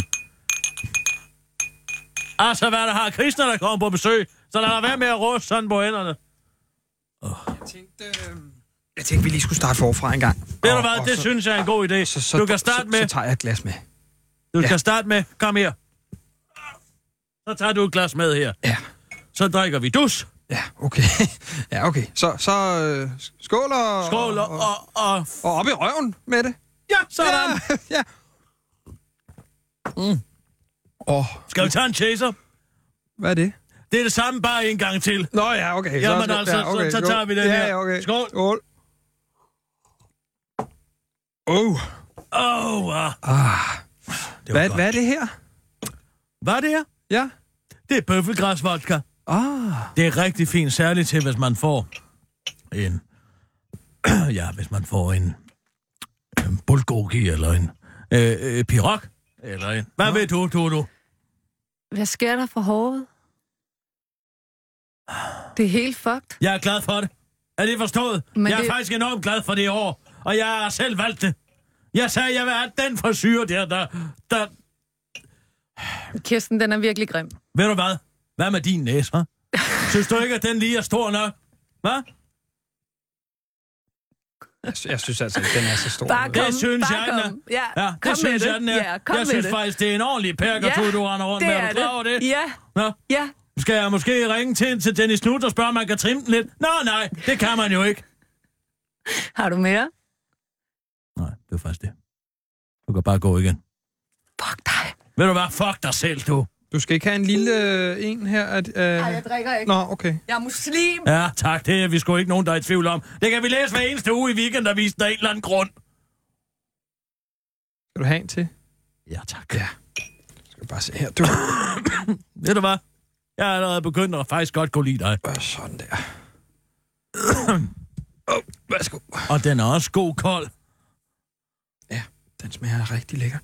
F: Altså, hvad der har Kristner, der kommer på besøg, så lad være med at råse sådan på hænderne.
A: Jeg tænkte, øh, jeg tænkte, vi lige skulle starte forfra en gang.
F: Ved du
A: Og-
F: hvad,
A: og
F: det
A: så-
F: synes jeg er en god idé.
A: så- så-
F: du kan starte
A: så,
F: med,
A: Så tager jeg et glas med.
F: du
A: ja.
F: kan starte med, kom her. Så tager du et glas med her.
A: Ja.
F: Så drikker vi dus,
A: Ja, okay. Ja, okay. Så, så øh, skål og...
F: skål og, og, og
A: Og op i røven med det.
F: ja, sådan.
A: Ja, ja. Mm. Åh,
F: Skal vi tage en chaser?
A: hvad er det?
F: Det er det samme, bare en gang til.
A: Nå ja, okay.
F: Jamen altså, så- så tager vi den
A: ja,
F: her.
A: Ja, okay.
F: Skål.
A: Skål. Oh,
F: Åh, oh, ah. Det var
A: hvad,
F: godt.
A: hvad er det her?
F: Hvad er det her?
A: Ja.
F: Det er bøffelgræsvodka.
A: Ah,
F: Det er rigtig fint, særligt til, hvis man får en... ja, hvis man får en, en bulgogi eller en øh, øh, pirok. Eller en... Hvad ved du, Dodo?
K: Hvad sker der for håret? Det er helt fucked.
F: Jeg er glad for det. Er det forstået? Men
K: Men
F: jeg er det...
K: det-
F: faktisk enormt glad for det år, og jeg har selv valgt det. Jeg sagde, jeg vil have den forsyre der, der, der...
K: Kirsten, den er virkelig grim.
F: Ved du hvad? Hvad med din næse, hva'? Synes du ikke, at den lige er stor nok? Hvad?
A: jeg, sy- jeg synes altså ikke, den er så stor.
K: Bare kom,
F: Det synes
K: bare
F: jeg, den er.
K: kom. Ja,
F: Ja,
K: kom
F: det synes
K: med
F: jeg,
K: det.
F: den er.
K: Ja, kom
F: jeg
K: med
F: synes
K: det.
F: faktisk, det er en ordentlig perker, ja, du render rundt
K: det
F: med. Er
K: er
F: du klar over det?
K: Ja,
F: Nå,
K: ja.
F: skal jeg måske ringe til, til Dennis Knut og spørge, om man kan trimme den lidt? Nå, nej, det kan man jo ikke.
K: Har du mere?
F: Nej, det var faktisk det. Du kan bare gå igen.
K: Fuck dig.
F: Ved du hvad? Fuck dig selv, du.
A: Du skal ikke have en lille øh, en her? At, øh...
K: Nej, jeg drikker ikke.
A: Nå, okay.
K: Jeg er muslim.
F: Ja, tak. Det er vi sgu ikke nogen, der er i tvivl om. Det kan vi læse hver eneste uge i weekendavisen af en eller anden grund.
A: Skal du have en til?
F: Ja, tak.
A: Ja. Skal du bare se her, du.
F: Ved du hvad? Jeg er allerede begyndt at faktisk godt kunne lide dig.
A: Sådan der.
F: oh,
A: værsgo.
F: Og den er også god kold.
A: Ja, den smager rigtig lækker.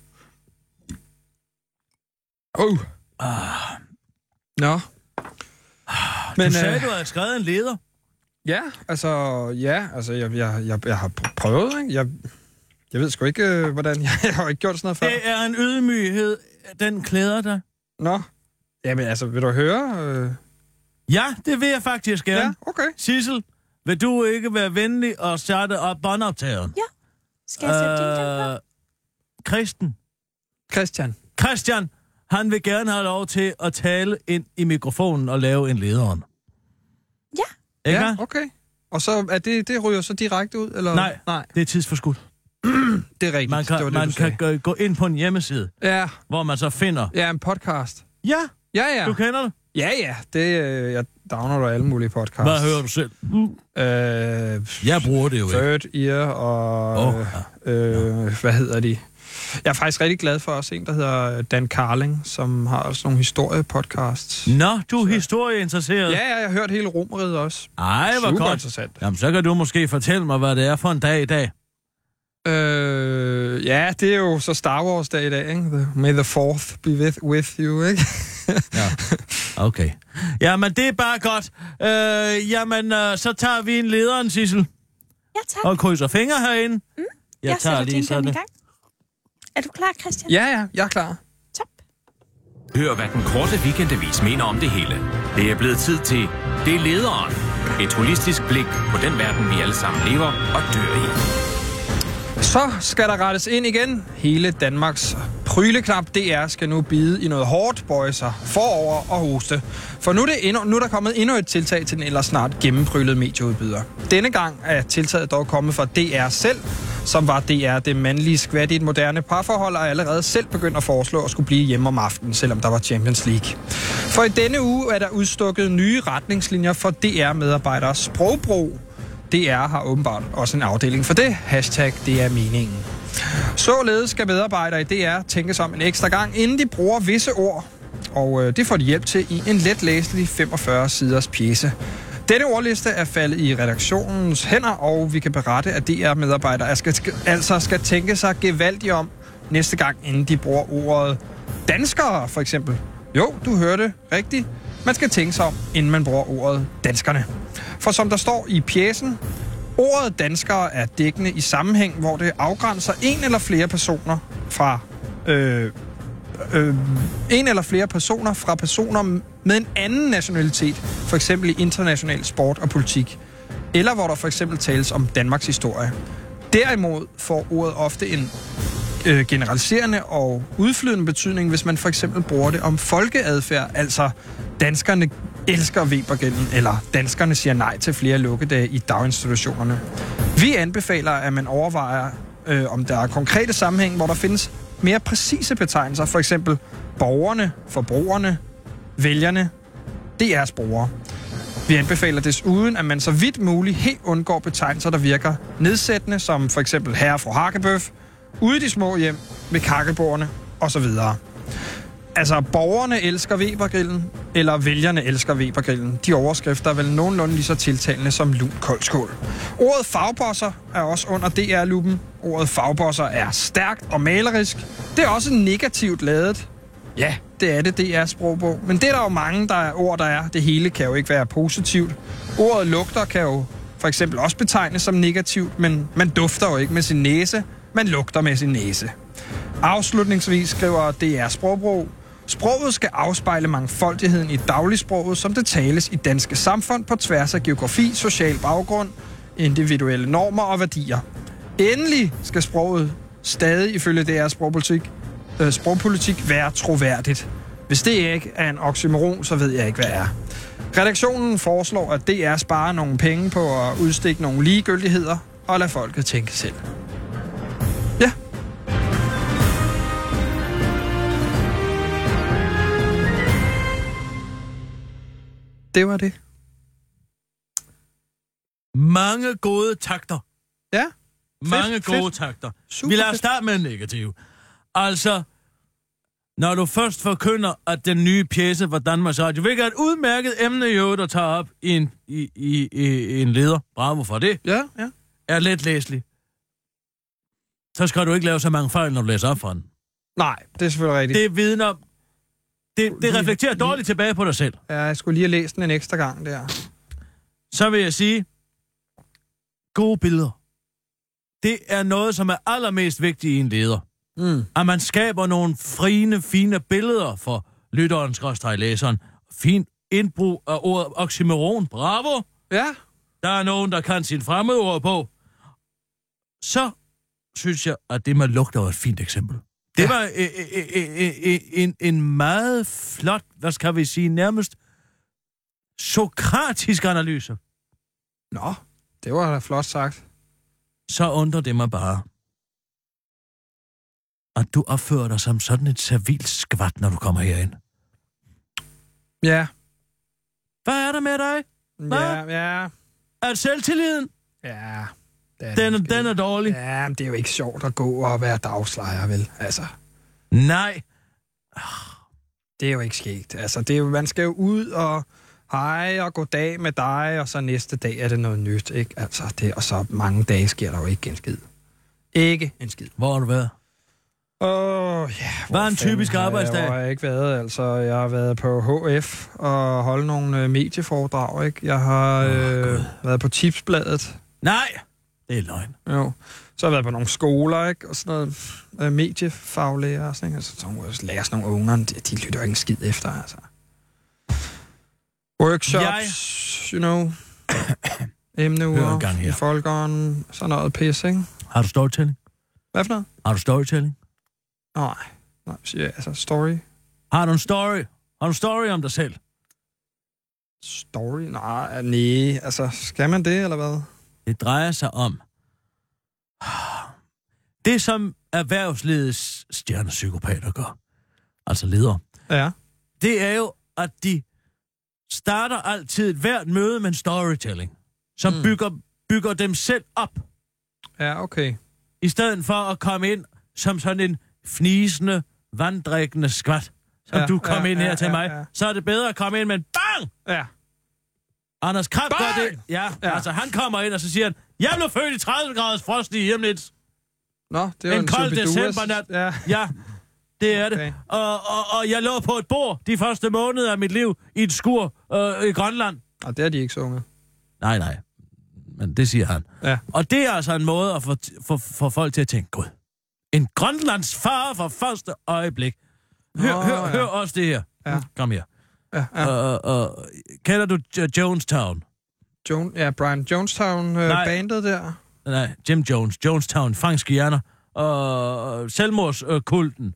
A: Oh.
F: Ah.
A: Nå.
F: Men, du sagde,
A: øh,
F: du havde skrevet en leder.
A: Ja, altså, ja, altså, jeg, jeg, jeg, jeg har pr- prøvet, ikke? Jeg, jeg ved sgu ikke, øh, hvordan... Jeg, jeg har jo ikke gjort sådan noget før.
F: Det er en ydmyghed. Den klæder dig.
A: Nå. Jamen, altså, vil du høre? Øh...
F: Ja, det vil jeg faktisk gerne.
A: Ja, okay.
F: Sissel, vil du ikke være venlig og starte op båndoptageren?
H: Ja. Skal jeg sætte din på?
F: øh, Kristen.
A: Christian.
F: Christian, han vil gerne have lov til at tale ind i mikrofonen og lave en lederen.
H: Ja.
F: Ikke
A: ja, okay. Og så er det, det ryger så direkte ud, eller?
F: Nej,
A: Nej,
F: det er tidsforskudt.
A: det er rigtigt.
F: Man kan,
A: det var det,
F: man
A: du
F: kan
A: sagde.
F: gå- gå ind på en hjemmeside,
A: Ja,
F: hvor man så finder...
A: ja, en podcast.
F: Ja,
A: Ja, ja.
F: du kender det.
A: Ja, ja. Det, øh, jeg downloader alle mulige podcasts.
F: Hvad hører du selv?
A: Øh,
F: Jeg bruger det jo ikke.
A: Third Ear og...
F: Åh,
A: Oh, øh, hvad hedder de? Jeg er faktisk rigtig glad for også en, der hedder Dan Carling, som har også nogle historiepodcasts.
F: Nå, du er historieinteresseret.
A: Ja, ja, jeg har hørt hele Romeriet også.
F: Ej, hvor
A: Super
F: godt.
A: interessant.
F: Jamen, så kan du måske fortælle mig, hvad det er for en dag i dag.
A: Øh, ja, det er jo så Star Wars dag i dag, ikke? The, may the fourth be with, with you, ikke?
F: Okay. Jamen, det er bare godt. Øh, jamen, øh, så tager vi en lederen, Sissel,
H: Ja, tak.
F: og krydser fingre herinde. Mm, jeg,
H: jeg
F: tager
H: sætter
F: lige
H: din
F: sådan.
H: i gang. Er du klar, Christian?
A: ja, ja, jeg er klar.
H: Top.
J: Hør, hvad den korte weekendavis mener om det hele. Det er blevet tid til Det er lederen. Et holistisk blik på den verden, vi alle sammen lever og dør i.
A: Så skal der rettes ind igen. Hele Danmarks pryleklap DR skal nu bide i noget hårdt, bøje sig forover og hoste. For nu er, det endnu, nu er der kommet endnu et tiltag til den ellers snart gennemprylede medieudbyder. Denne gang er tiltaget dog kommet fra DR selv, som var DR det mandlige skvat i et moderne parforhold, og allerede selv begyndte at foreslå at skulle blive hjemme om aftenen, selvom der var Champions League. For i denne uge er der udstukket nye retningslinjer for DR-medarbejderes sprogbrug. DR har åbenbart også en afdeling for det. Hashtag, det er meningen. Således skal medarbejdere i DR tænkes om en ekstra gang, inden de bruger visse ord. Og øh, det får de hjælp til i en letlæselig 45-siders pjæse. Denne ordliste er faldet i redaktionens hænder, og vi kan berette, at DR-medarbejdere er skal, skal- altså skal tænke sig gevaldigt om næste gang, inden de bruger ordet danskere, for eksempel. Jo, du hørte rigtigt. Man skal tænke sig om, inden man bruger ordet danskerne. For som der står i pjæsen, ordet danskere er dækkende i sammenhæng, hvor det afgrænser en eller flere personer fra øh, øh, en eller flere personer fra personer med en anden nationalitet, for eksempel i international sport og politik, eller hvor der for eksempel tales om Danmarks historie. Derimod får ordet ofte en øh, generaliserende og udflydende betydning, hvis man for eksempel bruger det om folkeadfærd, altså danskerne elsker Webergælden, eller danskerne siger nej til flere lukkedage i daginstitutionerne. Vi anbefaler, at man overvejer, øh, om der er konkrete sammenhæng, hvor der findes mere præcise betegnelser, for eksempel borgerne, forbrugerne, vælgerne, DR's brugere. Vi anbefaler desuden, at man så vidt muligt helt undgår betegnelser, der virker nedsættende, som for eksempel herre fra Hakkebøf, ude i de små hjem, med kakkelbordene osv. Altså, borgerne elsker Webergrillen, eller vælgerne elsker Webergrillen. De overskrifter er vel nogenlunde lige så tiltalende som lun koldskål. Ordet fagbosser er også under DR-luppen. Ordet fagbosser er stærkt og malerisk. Det er også negativt ladet, Ja, det er det, det er sprogbog. Men det er der jo mange der er ord, der er. Det hele kan jo ikke være positivt. Ordet lugter kan jo for eksempel også betegnes som negativt, men man dufter jo ikke med sin næse, man lugter med sin næse. Afslutningsvis skriver DR Sprogbrug, Sproget skal afspejle mangfoldigheden i dagligsproget, som det tales i danske samfund på tværs af geografi, social baggrund, individuelle normer og værdier. Endelig skal sproget stadig ifølge deres sprogpolitik, øh, sprogpolitik være troværdigt. Hvis det ikke er en oxymoron, så ved jeg ikke, hvad er. Redaktionen foreslår, at DR sparer nogle penge på at udstikke nogle ligegyldigheder og lade folket tænke selv. Ja, det var det.
F: Mange gode takter.
A: Ja,
F: Mange
A: fedt.
F: gode takter.
A: Super
F: vi lader os
A: fedt.
F: starte med en negativ. Altså, når du først forkynder, at den nye pjæse var Danmarks Radio, hvilket er et udmærket emne i øvrigt at tage op i en, i, i, i, i en leder, bravo for det,
G: ja, ja.
F: er letlæselig, så skal du ikke lave så mange fejl, når du læser op for den.
A: Nej, det er selvfølgelig rigtigt.
F: Det vidner... Det, det reflekterer dårligt tilbage på dig selv.
A: Ja, jeg skulle lige have læst den en ekstra gang der.
F: Så vil jeg sige, gode billeder. Det er noget, som er allermest vigtigt i en leder.
A: Mm.
F: At man skaber nogle fine, fine billeder for lytteren, skråstrej læseren. Fint indbrug af ordet oxymoron. Bravo!
A: Ja.
F: Der er nogen, der kan sin fremmedord på. Så synes jeg, at det med lugter var et fint eksempel. Det ja. var øh, øh, øh, øh, en, en meget flot, hvad skal vi sige, nærmest sokratisk analyse.
A: Nå, det var da flot sagt.
F: Så undrer det mig bare, at du opfører dig som sådan et servilt skvat, når du kommer herind.
A: Ja.
F: Hvad er der med dig? Hvad?
A: Ja, ja.
F: Er selvtilliden?
A: Ja.
F: Den, er- den er dårlig.
A: Ja, men det er jo ikke sjovt at gå og være dagslejer, vel? Altså,
F: Nej.
A: det er jo ikke sket. Altså, det er jo, man skal jo ud og hej og god dag med dig, og så næste dag er det noget nyt, ikke? Altså, det, og så mange dage sker der jo ikke en skid. Ikke en skid.
F: Hvor har du været?
A: Åh, oh, ja.
F: Hvad er en
A: hvor fanden
F: typisk
A: har jeg-
F: arbejdsdag?
A: hvor har Jeg har ikke været, altså. Jeg har været på HF og holdt nogle øh, medieforedrag, ikke? Jeg har øh, været på Tipsbladet.
F: Nej, det er løgn.
A: Jo. Så har jeg været på nogle skoler, ikke? Og sådan noget øh, mediefaglærer og sådan noget. Altså, så må jeg lære sådan nogle unger, de, de lytter jo ikke en skid efter, altså. Workshops, jeg... you know.
F: Hør
A: Emneuger
F: en gang her.
A: i folkeånden, sådan noget pis, ikke?
F: Har du storytelling?
A: Hvad for noget?
F: Har du storytelling?
A: Nej, nej, siger jeg, altså story.
F: Har du en story? Har du en story om dig selv?
A: Story? Nej, nej, altså, skal man det, eller hvad?
F: Det drejer sig om det, som erhvervslivets stjernepsykopater gør, altså ledere,
A: Ja.
F: det er jo, at de starter altid et hvert møde med en storytelling, som mm. bygger, bygger dem selv op,
A: Ja, okay.
F: i stedet for at komme ind som sådan en fnisende, vanddrikkende skvat, som
A: Ja,
F: ja, du kom
A: ja,
F: ja, ind her
A: ja,
F: ja, til
A: ja,
F: mig.
A: ja.
F: Ja. Så er det bedre at komme ind med en bang!
A: Ja.
F: Anders Krab gør det. Ja,
A: Ja.
F: ja, altså han kommer ind, og så siger han, jeg blev født i 30 graders frost i hjemmet.
A: Nå, det var
F: En kold
A: Shubiduas.
F: decembernat.
A: Ja.
F: Ja, det er det.
A: Okay.
F: Og, og, og jeg lå på et bord de første måneder af mit liv i et skur øh, i Grønland.
A: Og det har de ikke sunget.
F: Nej, nej. Men det siger han.
A: Ja.
F: Og det er altså en måde at få, få, få folk til at tænke, gud, en Grønlands far fra første øjeblik. Hør,
A: Nå,
F: hør,
A: ja.
F: hør også det her.
A: Ja.
F: Kom her.
A: Ja, ja.
F: Uh, uh, kender du Jo- Jonestown?
A: Joan, ja, Brian Jonestown øh,
F: Nej.
A: bandet der.
F: Nej, Jim Jones. Jonestown, franske hjerner. Og selvmordskulten.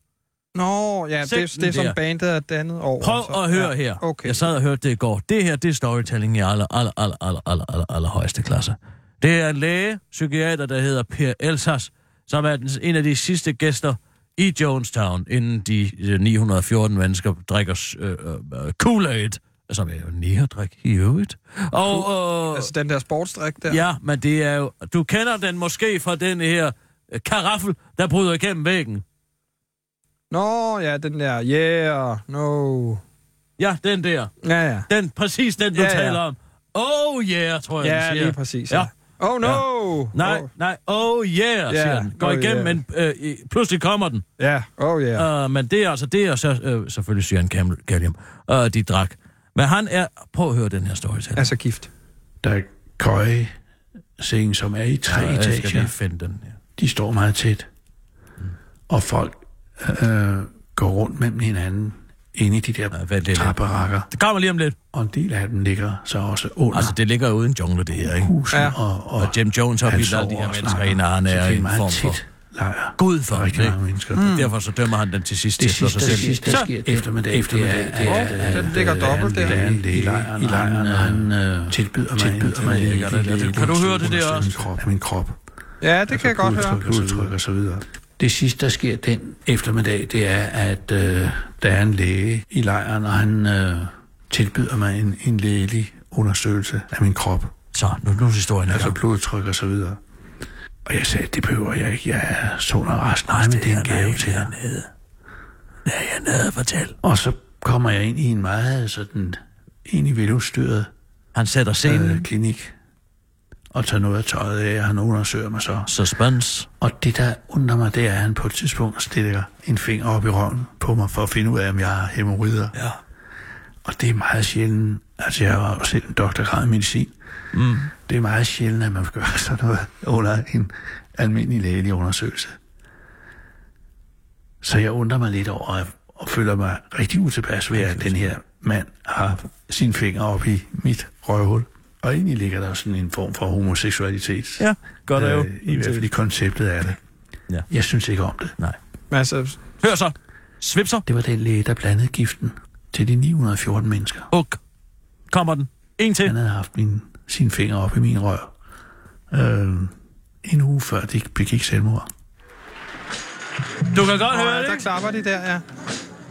A: Nå, ja, det, det,
F: Sekten
A: er som
F: der.
A: bandet er et andet over.
F: Prøv
A: så.
F: at høre
A: ja.
F: her.
A: Okay.
F: Jeg sad og hørte det i går. Det her, det er storytelling i aller, aller, aller, aller, aller, aller, aller højeste klasse. Det er en læge, psykiater, der hedder Per Elsas, som er den, en af de sidste gæster i Jonestown, inden de øh, 914 mennesker drikker øh, øh, Kool-Aid, som er jo nærdrik i øvrigt. Og, øh,
A: Altså den der sportsdrik der.
F: ja, men det er jo... Du kender den måske fra den her øh, karaffel, der bryder igennem væggen.
A: Nå, ja, den der, yeah, no.
F: Ja, den der.
A: Ja, ja.
F: Den, præcis den, du
A: Ja,
F: ja,
A: ja.
F: taler om. Oh yeah, tror jeg,
A: Ja,
F: den siger.
A: lige præcis.
F: Ja.
A: Ja. Oh no!
F: Nej,
A: Oh,
F: nej, oh yeah,
A: Ja,
F: yeah siger den. Går
A: oh
F: oh, igennem,
A: yeah.
F: yeah. men øh, i- pludselig kommer den.
A: ja, oh yeah.
F: Ja. Uh, men det er altså det, og så øh, selvfølgelig Syren Cam- Callium, uh, de drak. Men han er... Prøv at høre den her story til.
A: Altså gift.
L: Der er køje seng, som er i tre ja,
F: Øh, jeg skal
L: etager.
F: lige finde den. Ja.
L: De står meget tæt.
B: Mm.
L: Og folk øh, går rundt mellem hinanden inde i de der ja,
F: lidt.
L: trapperakker.
F: Det kommer lige om lidt.
L: Og en del af dem ligger så også under
F: Altså,
L: altså,
F: det ligger uden jungle, det her, ikke?
L: huset.
A: Ja.
L: Ja. Og, og,
F: Og Jim Jones har
L: han
F: bildt
L: sover
F: alle de her
L: og
F: mennesker
L: snakker.
F: ind, og han
L: Så det
F: er
L: en
F: en
L: meget
F: form for...
L: tæt lejr.
F: Gud for
L: Rigtig mange
F: det.
L: mennesker.
A: Mm.
F: Derfor så dømmer han den til sidst
L: Det
F: til at slå
L: sidste,
F: sig
L: det
F: selv.
L: sidste, der sker det eftermiddag, eftermiddag, det er, det er,
A: Hmm. den ligger dobbelt der.
L: der er en læge i lejren, og han, øh, tilbyder mig tilbyder mig en
F: lækkert, eller-
L: læge-
F: Kan du høre det der
L: understøttende
F: også?
L: Krop, af min krop.
B: Mm.
A: Ja, det kan jeg godt høre.
L: Udtryk og så videre. Det sidste, der sker den eftermiddag, det er, at øh, der er en læge i lejren, og han øh, tilbyder mig en, en lægelig undersøgelse af min krop.
F: Så, nu, nu er historien i
L: Altså
F: gang.
L: blodtryk og så videre. Og jeg sagde, det behøver jeg ikke. Jeg er sund og rask. Nej, men det er en gave til hernede. Ja, jeg nede fortæl. Og så kommer jeg ind i en meget sådan, egentlig veludstyret Han sætter scenen. Øh, klinik og tager noget af tøjet af, og han undersøger mig så. Suspens. Og det, der undrer mig, det er, at han på et tidspunkt stikker en finger op i røven på mig, for at finde ud af, om jeg har hemorrider. Ja. Og det er meget sjældent. Altså, jeg var jo selv en doktorgrad i medicin. Mm. Det er meget sjældent, at man gør sådan noget under en almindelig lægelig undersøgelse. Så jeg undrer mig lidt over, og- og føler mig rigtig utilpas ved, at den her mand har sine fingre op i mit røvhul. Og egentlig ligger der jo sådan en form for homoseksualitet.
F: Ja, gør der jo.
L: Øh, I hvert fald i konceptet af det. Ja. Jeg synes ikke om det. Nej.
A: Men altså,
L: Hør så. Svipser. Det var den læge, der blandede giften til de 914 mennesker. Ok. Kommer den. En til. Han havde haft min, sine fingre op i min rør. Øh, en uge før de begik selvmord.
A: Du kan godt høre det, Der klapper de der, ja.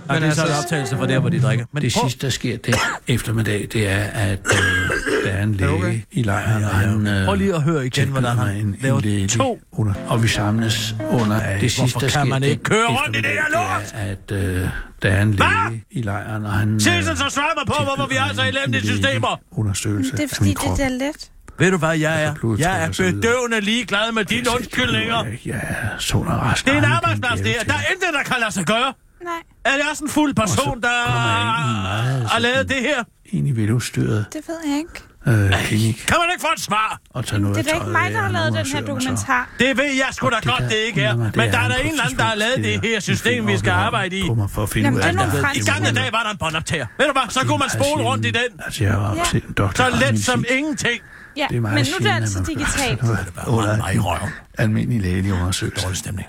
L: Nej,
A: Men
L: det er så
A: altså-
L: en optagelse fra der, hvor de drikker. Men det
A: Prøv-
L: sidste, der sker den eftermiddag, det er, at øh, der er en læge okay? i lejren, og han... Øh,
F: Prøv lige at høre igen,
L: tilbyder
F: hvordan han
L: mig en,
F: laver
L: en læge
F: to.
L: Under, og vi samles under...
F: Ej,
L: Ej,
F: hvorfor
L: det sidste, der
F: kan
L: sker
F: man
L: den
F: ikke køre rundt i det
L: eftermiddag, det er, at øh, der er en læge i lejren, og han...
F: Sissel, så svar mig på, hvorfor vi har så elendige systemer.
L: Undersøgelse
H: Det er
L: af
H: fordi,
L: min
H: det er
L: krop.
H: der let.
F: Ved du hvad, jeg er?
L: Altså, blodtryk
F: Jeg er
L: og så videre.
F: bedøvende ligeglad med dine undskyldninger.
L: Jeg er sund og rask.
F: Det er en
L: og har
F: arbejdsplads, det her. Der er intet, der kan lade sig gøre.
H: Nej.
F: Er det også en fuld person, der har lavet det her?
L: Egentlig veludstyret
H: Det ved jeg ikke.
L: øh, klinik
F: Kan man ikke få et svar?
L: og tage noget
H: Det
L: af
H: er da ikke
L: tøjet
H: mig,
L: af, altså.
H: der har
L: og nu
H: lavet den her
L: undersøger man så.
H: dokumentar.
F: Det ved jeg sgu da
L: Og det,
F: godt,
L: der
F: det ikke er.
L: undrer
F: Men
L: mig,
F: der
L: det er, han
F: er der
L: på
F: en
L: et
F: eller anden, der har
L: tidspunkt
F: lavet det
L: stikker
F: her
L: en
F: system,
L: finger
F: vi
L: op
F: skal
L: i røven
F: arbejde i.
L: på mig for at finde
H: Jamen,
L: ud af,
H: det er
L: om
H: nogle
L: jeg havde
H: franske
F: I gamle
L: hemorrider.
F: dage var der en båndoptager. Ved du hvad, så kunne man
L: meget
F: spole rundt i den.
L: Altså, jeg var
H: Ja.
L: ja. selv en doktor.
F: Så
L: i
F: let som
L: medicin.
F: ingenting.
H: Ja,
L: Det er meget
H: men nu er det
L: sjældent,
H: altså
L: at man gør
H: digitalt.
L: sådan noget. Under mig i røven. Almindelig lægelig undersøgelse. Dårlig stemning.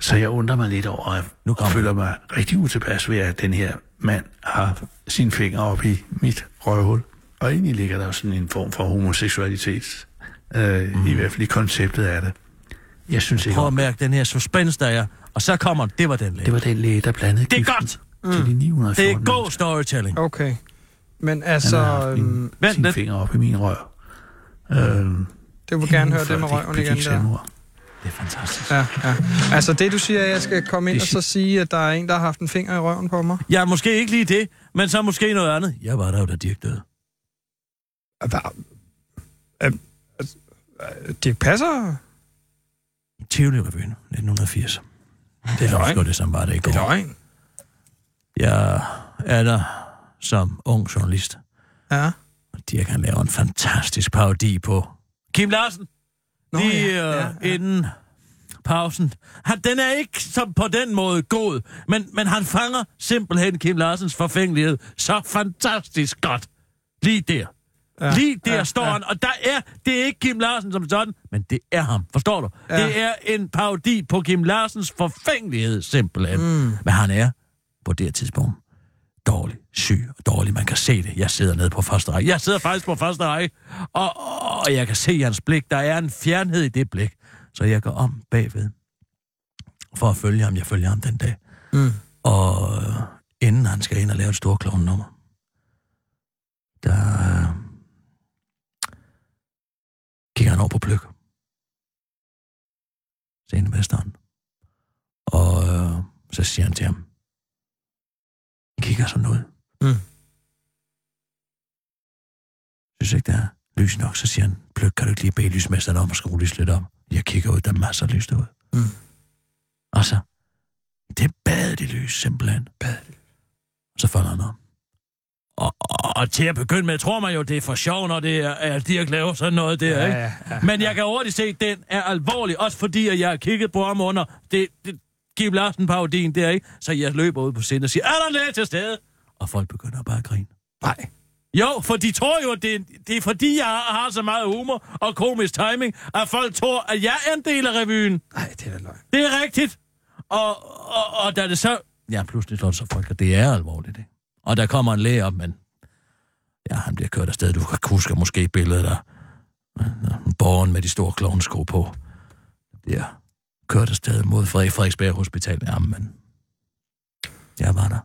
L: Så jeg undrer mig lidt over, at nu og føler mig rigtig utilpas ved, at den her mand har sine fingre op i mit røvhul. Og egentlig ligger der jo sådan en form for homoseksualitet, øh, mm. i hvert fald i konceptet af det. Jeg synes ikke
F: Prøv
L: om
F: at mærke den her suspens, der er. Og så kommer den. Det var den læge.
L: Det var den læge, der blandede
B: Mm.
F: Det er
L: giften
F: godt.
L: til de 914
F: Det er god storytelling.
A: Okay. Men
L: Altså,
A: altså,
L: han har haft
A: øhm,
L: min, sin finger op i min rør. Øhm,
A: det vil gerne
L: inden
A: høre
L: før
A: det med
L: de
A: røven
L: begik
A: igen der.
L: selvmord. Det er fantastisk.
A: Ja, ja. Altså det, du siger, at jeg skal komme ind
L: Det
A: og så sige, at der er en, der har haft en finger i røven på mig.
F: Ja, måske ikke lige det, men så måske noget andet. Jeg var der jo, da Dirk døde.
A: Det passer.
F: Tivoli Revyen, 1980. Det er løgn. det, som var det i går.
A: Det er løgn.
F: Jeg er der som ung journalist.
A: Ja.
F: Og Dirk, han laver en fantastisk parodi på Kim Larsen. Nå, lige ja, ja, ja. inden pausen. Han, den er ikke som på den måde god, men, men han fanger simpelthen Kim Larsens forfængelighed så fantastisk godt. Lige der. Ja, Lige der ja, står ja. han, og der er, det er ikke Kim Larsen som sådan, men det er ham, forstår du? Ja. Det er en parodi på Kim Larsens forfængelighed, simpelthen. Mm. Men han er, på det her tidspunkt, dårlig, syg og dårlig. Man kan se det. Jeg sidder nede på første række. Jeg sidder faktisk på første række, og, og, og jeg kan se hans blik. Der er en fjernhed i det blik. Så jeg går om bagved for at følge ham. Jeg følger ham den dag.
A: Mm.
F: Og øh, inden han skal ind og lave et stort klovnnummer, der øh, kigger han over på Pløk. Scenevesteren. Og øh, så siger han til ham, "I kigger sådan ud.
A: Mm.
F: Synes ikke, der er lys nok, så siger han, Pløk, kan du ikke lige bede lysmesteren om at skrue lys lidt op? Jeg kigger ud, der er masser af lys derude.
A: Mm.
F: Og så, det bad det lys simpelthen. Bad det. Så falder han om. Og, og, og til at begynde med, tror man jo, det er for sjov, når det er, at Dirk laver sådan noget der,
A: Ja,
F: ikke?
A: ja, ja,
F: Men jeg kan hurtigt se, at den er alvorlig, også fordi at jeg har kigget på ham under det, det Kim larsen parodien der, ikke? Så jeg løber ud på scenen og siger, er der en læge til stede? Og folk begynder bare at grine.
A: Nej.
F: Jo, for de tror jo, at det, er- det er fordi, jeg har, har så meget humor og komisk timing, at folk tror, at jeg er en del af revyen.
A: Nej, det er løgn.
F: Det er rigtigt. Og, og, og da det så... Ja, pludselig slår det så folk, at det er alvorligt, ikke? Og der kommer en læge op, men... Ja, han bliver kørt afsted. Du kan huske måske billedet af borgeren med de store klovnsko på. Ja, kørt afsted mod Frederik Frederiksberg Hospital. Jamen, men... Jeg var der.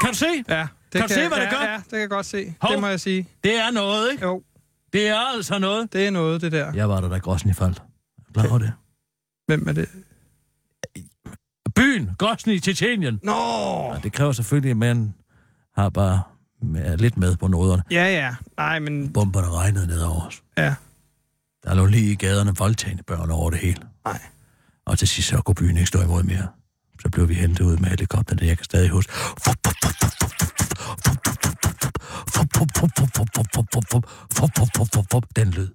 F: Kan du se?
A: Ja, det
F: Kan du se,
A: jeg-
F: hvad det
A: ja,
F: gør?
A: Ja, det kan jeg godt se.
F: Hov.
A: Det må jeg sige.
F: Det er noget, ikke?
A: Jo.
F: Det er altså noget.
A: Det er noget, det der.
F: Jeg var der da Grosnifald. Klar over det.
A: Hvem er det?
F: Byen, Grosny i Tietjenien.
A: Nå!
F: Ja, det kræver selvfølgelig, at man har bare med, lidt med på noderne.
A: Ja, ja. Nej, men...
F: Bomberne regnede ned over os.
A: Ja.
F: Der lå lige i gaderne voldtagende børn over det hele.
A: Nej.
F: Og til sidst så kunne byen ikke stå imod mere. Så blev vi hentet ud med helikopteren, det jeg kan stadig huske. Den lød.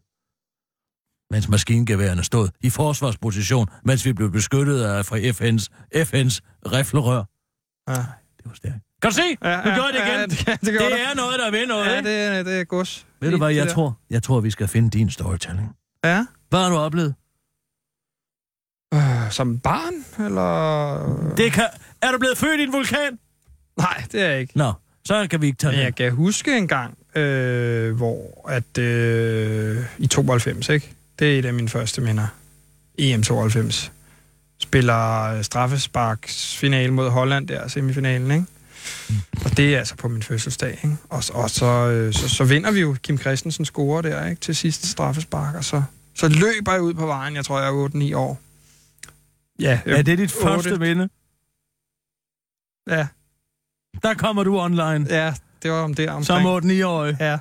F: Mens maskingeværerne stod i forsvarsposition, mens vi blev beskyttet af fra FN's, FN's riflerør.
A: Ja.
F: Kan du se?
A: Ja,
F: nu
A: ja,
F: gør jeg det igen.
A: ja, det kan- det
F: det,
A: gør
F: det
A: du.
F: er noget, der vil noget.
A: Ja,
F: ikke?
A: det, er- det er gods.
F: Ved du hvad,
A: Det
F: jeg
A: der.
F: tror, jeg tror, vi skal finde din storytelling.
A: Ja.
F: Hvad har du oplevet?
A: Øh, som barn, eller...
F: Det kan... Er du blevet født i en vulkan?
A: Nej, det er jeg ikke.
F: Nå, så kan vi ikke tage
A: det. Jeg kan huske en gang, øh, hvor at... Øh, I 92, ikke? Det er et af mine første minder. EM92. Spiller øh, straffesparksfinale mod Holland der, semifinalen, ikke? Og det er altså på min fødselsdag, ikke? Og, så- og så, øh, så, så vinder vi jo Kim Christensen scorer der, ikke? Til sidst straffespark, og så, så løber jeg ud på vejen. Jeg tror, jeg er 8-9 år. Øh, Ja,
F: er det dit
A: otte.
F: første minde?
A: Ja.
F: Der kommer du online.
A: Ja, det var om det omkring.
F: Som 8-9-årig?
A: Ja.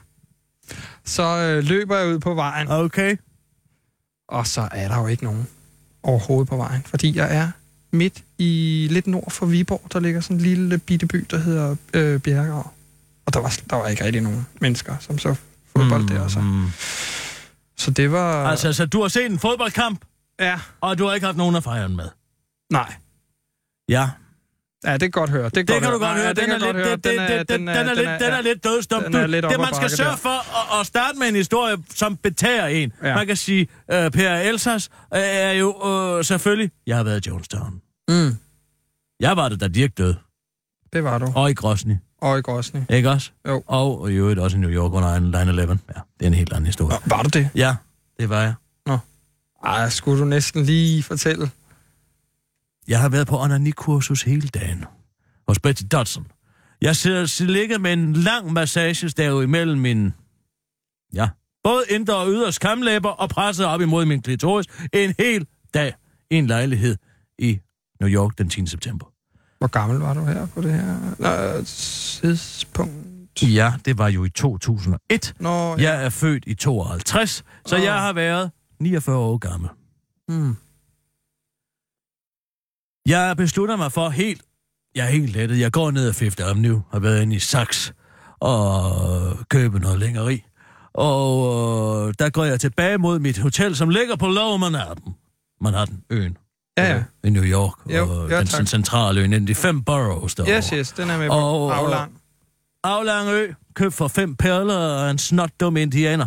A: Så øh, løber jeg ud på vejen.
F: Okay.
A: Og så er der jo ikke nogen overhovedet på vejen, fordi jeg er midt i lidt nord for Viborg, der ligger sådan en lille bitte by, der hedder øh, Bjergård. Og der var, der var ikke rigtig nogen mennesker, som så fodbold mm. der. og Så. så det var...
F: Altså, så du har set en fodboldkamp?
A: Ja.
F: Og du har ikke haft nogen at fejre den med?
A: Nej.
F: Ja.
A: Ja, det kan godt høre. Det,
F: Det kan du godt høre. Den er lidt- det- det- det- den- den er lidt- den er lidt dødsdom.
A: Den
F: Du-
A: er lidt op
F: det,
A: ad
F: man skal
A: bakke
F: sørge
A: der.
F: for at, at starte med en historie, som betager en.
A: Ja.
F: Ja. Man kan sige, øh, Per Elsers øh, er jo øh, selvfølgelig... Jeg har været i Jonestown.
A: Mm,
F: Jeg var det, da Dirk døde.
A: det var du.
F: Og i Grosny.
A: Og i Grosny.
F: Ikke også?
A: Jo.
F: Og i øvrigt også i New York under 9-11. Ja, det er en helt anden historie.
A: Var du det?
F: Ja, det var jeg.
A: Nå. Ej, skulle du næsten lige fortælle.
F: Jeg har været på onanikursus hele dagen. Hos Betty Dodson. Jeg sidder s- ligger med en lang massagestav imellem min... Ja. Både indre og ydre skamlæber og presset op imod min klitoris en hel dag i en lejlighed i New York den 10. september.
A: Hvor gammel var du her på det her øh, tidspunkt?
F: Ja, det var jo i 2001.
A: Nå,
F: ja. Jeg er født i 52, så
A: Nå.
F: jeg har været 49 år gammel.
A: Mm.
F: Jeg beslutter mig for helt... Jeg er helt lettet. Jeg går ned ad Fifth Avenue, har været inde i Saks og købe noget længeri. Og øh, der går jeg tilbage mod mit hotel, som ligger på Lower Manhattan. Manhattan, øen.
A: Ja, ja.
F: I New York,
A: Jo,
F: og
A: ja,
F: den
A: tak.
F: sådan centrale ø, nemlig de fem boroughs derovre.
A: Yes, yes, den er med på.
F: Og-
A: Aflang.
F: Aflang ø, købt for fem perler og en snot dum indianer.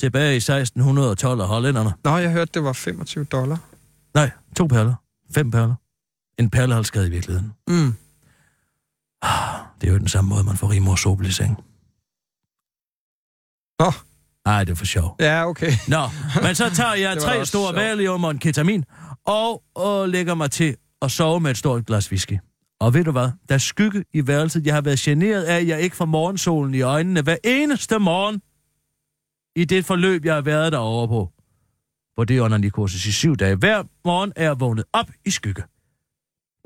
F: Tilbage i 1612 af hollænderne.
A: Nå, jeg hørte, det var 25 dollar.
F: Nej, to perler. Fem perler. En perlehalskade i virkeligheden.
A: Mm.
F: Det er jo den samme måde, man får rimor sobel i seng.
A: Nå.
F: Ej, det er for sjov.
A: Ja, okay.
F: Nå, men så tager jeg
A: Det var da
F: tre
A: også
F: store
A: sjovt.
F: valium og en ketamin, og, og lægger mig til at sove med et stort glas whisky. Og ved du hvad? Der er skygge i værelset. Jeg har været generet af, at jeg ikke får morgensolen i øjnene hver eneste morgen i det forløb, jeg har været derovre på. På det under kursus i syv dage. Hver morgen er jeg vågnet op i skygge.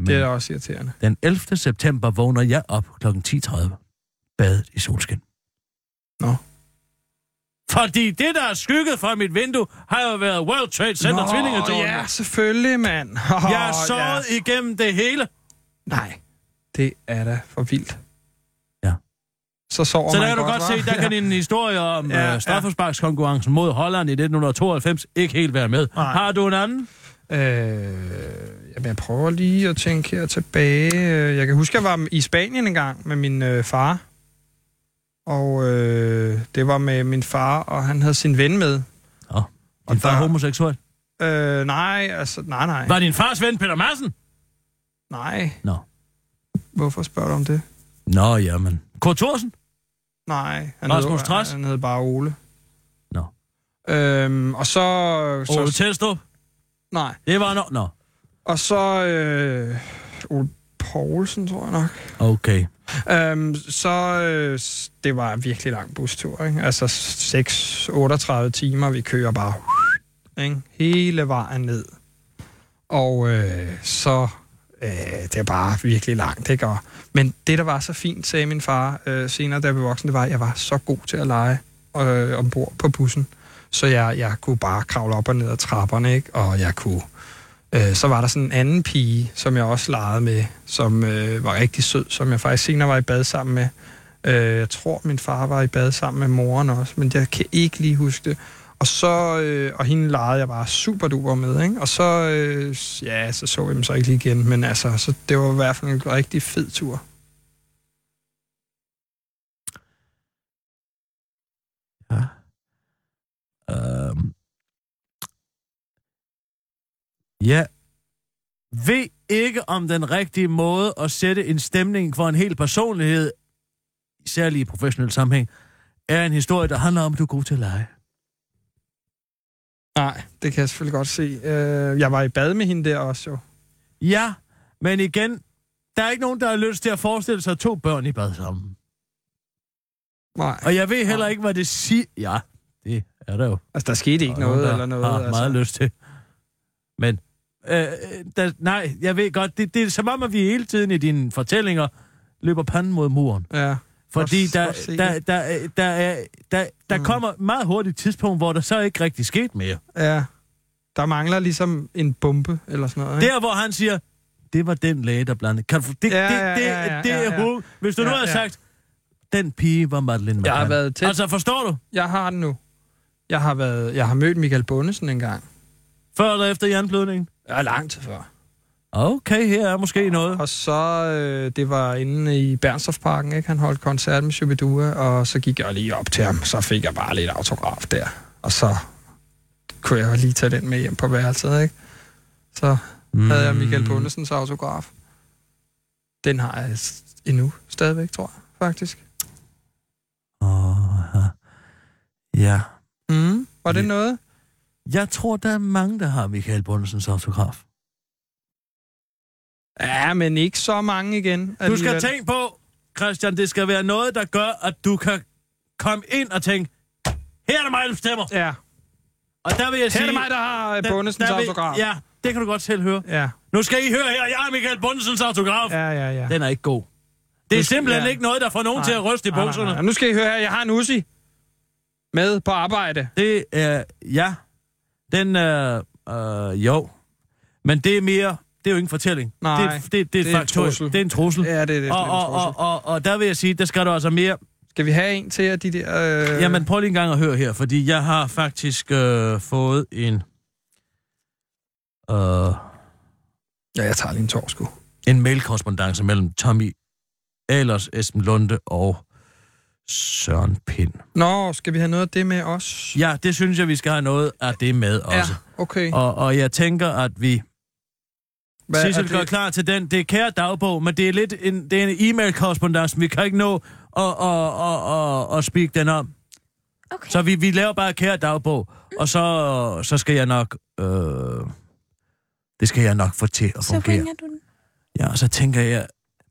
A: Det er da også irriterende.
F: Den 11. september vågner jeg op kl. 10.30. Badet i solskin.
A: Nå.
F: Fordi det, der er skygget fra mit vindue, har jo været World Trade Center
A: Nå,
F: tvillingetårnet.
A: ja, selvfølgelig, mand. Oh,
F: jeg er såret ja. igennem det hele.
A: Nej, det er da for vildt.
F: Ja.
A: Så sover
F: Så der
A: man
F: kan du godt se,
A: hva'?
F: der kan din historie om
A: Ja,
F: ja,
A: ja.
F: øh, straffesparkskonkurrencen mod Holland i 1992 ikke helt være med.
A: Nej.
F: Har du en anden?
A: Øh, jamen, jeg prøver lige at tænke her tilbage. Øh, Jeg kan huske, jeg var i Spanien en gang med min øh, far. Og øh, det var med min far, og han havde sin ven med.
F: Nå, din far er homoseksuel?
A: Øh, nej, altså, nej, nej.
F: Var din fars ven Peter Madsen?
A: Nej.
F: Nå.
A: Hvorfor spørger du om det?
F: Nå, jamen. Kurt Thorsen?
A: Nej, han
F: Rasmus
A: hed,
F: Trads?
A: han hed bare Ole.
F: Nå.
A: Øhm, og så... så
F: Ole Telstrup?
A: Nej.
F: Det var nok. Nå.
A: Og så... Øh, Ole Poulsen, tror jeg nok.
F: Okay.
A: Øhm, så øh, s- det var en virkelig lang bustur. Ikke? Altså 6, 38 timer, vi kører bare ikke? hele vejen ned. Og øh, så øh, det er bare virkelig langt. Ikke? Og, men det, der var så fint, sagde min far øh, senere, da vi var voksne, det var, at jeg var så god til at lege øh, ombord på bussen. Så jeg, jeg kunne bare kravle op og ned ad trapperne, ikke? og jeg kunne Øh, så var der sådan en anden pige, som jeg også legede med, som øh, var rigtig sød, som jeg faktisk senere var i bad sammen med. Øh, jeg tror, min far var i bad sammen med moren også, men jeg kan ikke lige huske det. Og så, øh, og hende legede jeg bare super duper med, ikke? Og så, øh, ja, så så jeg dem så ikke lige igen, men altså, så det var i hvert fald en rigtig fed tur.
F: Øhm. Ja. Ved ikke om den rigtige måde at sætte en stemning for en hel personlighed, særlig i professionel sammenhæng, er en historie, der handler om, at du er god til at lege.
A: Nej, det kan jeg selvfølgelig godt se. Øh, jeg var i bad med hende der også, jo.
F: Ja, men igen, der er ikke nogen, der har lyst til at forestille sig to børn i bad sammen.
A: Nej.
F: Og jeg ved heller ikke, hvad det siger. Ja, det er der jo.
A: Altså, der skete ikke
F: Der er nogen,
A: noget
F: der
A: eller noget,
F: Har
A: altså.
F: meget lyst til. Men, øh, der, nej, jeg ved godt, det, det er som om, at vi hele tiden i dine fortællinger løber panden mod muren.
A: Ja.
F: Fordi
A: Godt-
F: der,
A: godt set.
F: der, der, er- der, er- der, der mm. kommer meget hurtigt et tidspunkt, hvor der så ikke rigtig sket mere.
A: Ja, der mangler ligesom en bombe eller sådan noget, ikke?
F: Der, hvor han siger, det var den læge, der blandede. Kan du, det,
A: Ja,
F: det,
A: ja,
F: det,
A: ja, ja,
F: det
A: ja,
F: er
A: ja.
F: hovedet. Hvis du
A: Ja,
F: nu havde
A: ja.
F: sagt, den pige var Madeleine
A: Jeg har
F: McCann."
A: været tæt.
F: Altså, forstår du?
A: Jeg har den nu. Jeg har, været, jeg har mødt Michael Bundesen en gang.
F: Før eller efter jernblødningen?
A: Ja, lang tid før.
F: Okay, her er måske noget.
A: Og så, øh, det var inde i Bernstorffparken, ikke? Han holdt koncert med Shubidua, og så gik jeg lige op til ham. Så fik jeg bare lidt autograf der. Og så kunne jeg lige tage den med hjem på værelset, ikke? Så havde jeg Michael Bundesens autograf. Den har jeg s- endnu stadigvæk, tror jeg, faktisk.
F: Ja.
A: Mm. Var det noget?
F: Jeg tror, der er mange, der har Michael Bundesens autograf.
A: Ja, men ikke så mange igen.
F: Du skal
A: alligevel.
F: tænke på, Christian, det skal være noget, der gør, at du kan komme ind og tænke, her er det mig, der bestemmer.
A: Ja.
F: Og der vil jeg
A: Her
F: sige...
A: er det mig, der har øh,
F: der-
A: Bundesens
F: der vil-
A: autograf.
F: Ja, det kan du godt selv høre.
A: Ja.
F: Nu skal I høre her, jeg har Michael Bundesens autograf.
A: Ja, ja, ja.
F: Den er ikke god. Det er
A: Nu skal-
F: simpelthen
A: ja.
F: ikke noget, der får nogen
A: Nej.
F: til at ryste i
A: Nej, nej,
F: bukserne.
A: nej. Og Nu skal I høre her, jeg har en Uzi med på arbejde.
F: Det er... Ja. Den er... Øh, jo. Men det er mere... Det er jo ingen fortælling.
A: Nej,
F: det, er- det, det, det,
A: det er en
F: er et faktum.
A: trussel.
F: Det er en trussel.
A: Ja, det er det.
F: Og, og, og, og, og der vil jeg sige, der skal du altså mere...
A: Skal vi have en til af de der... Øh...
F: Jamen, prøv lige en gang at høre her, fordi jeg har faktisk øh, fået en... Øh,
A: ja, jeg tager lige en tår, sgu.
F: En mailkorrespondence mellem Tommy Alers, Esben Lunde og Søren Pind.
A: Nå, skal vi have noget af det med os?
F: Ja, det synes jeg, vi skal have noget af det med også.
A: Okay.
F: Og, og jeg tænker, at vi...
A: Hvad
F: Hvad
A: er
F: Sissel
A: det?
F: gør klar til den. Det er kære dagbog, men det er lidt en, det er en e-mail-korrespondence. Vi kan ikke nå at, at, at, at, at speak den om. Okay. Så vi, vi laver bare kære dagbog, og så, så skal jeg nok... Øh, det skal jeg nok få til at
H: Så
F: fungere.
H: ringer du den.
F: Ja, og så tænker jeg,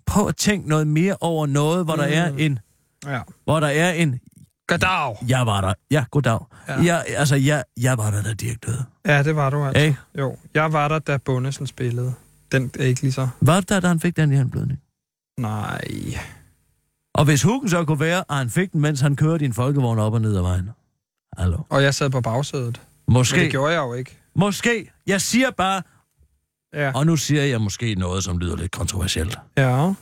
F: prøv at tænke noget mere over noget, hvor mm. der er en...
A: Ja.
F: Hvor der er en...
A: Goddag!
F: Jeg var der. Ja, goddag. Ja. Jeg, altså, jeg, jeg var der, da Dirk døde.
A: Ja, det var du altså.
F: Ikke?
A: Jo, jeg var der, da Bundesen spillede. Den er ikke lige så...
F: Var det der, da han fik den hjernblødning?
A: Nej.
F: Og hvis huken så kunne være, at han fik den, mens han kørte i en folkevogn op og ned ad vejen. Hallo.
A: Og jeg sad på bagsædet.
F: Måske.
A: Men det gjorde jeg jo ikke.
F: Måske. Jeg siger bare...
A: Ja.
F: Og nu siger jeg måske noget, som lyder lidt kontroversielt.
A: Ja.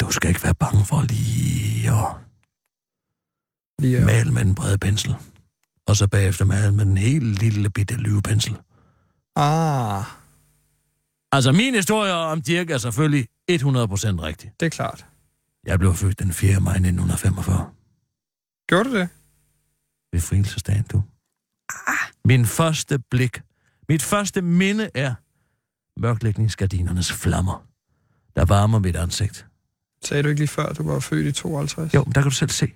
F: Du skal ikke være bange for lige at
A: lige at...
F: male med en bred pensel. Og så bagefter male med en helt lille bitte lyvepensel.
A: Ah,
F: Altså, min historie om Dirk er selvfølgelig 100% rigtig.
A: det er klart.
F: Jeg blev født den 4. maj 1945
A: Gjorde du det?
F: ved frielsesdagen, du. Min første blik, mit første minde er mørklægningsgardinernes flammer, der varmer mit ansigt.
A: Sagde du ikke lige før, at du var født i 52?
F: Jo, men der kan du selv se.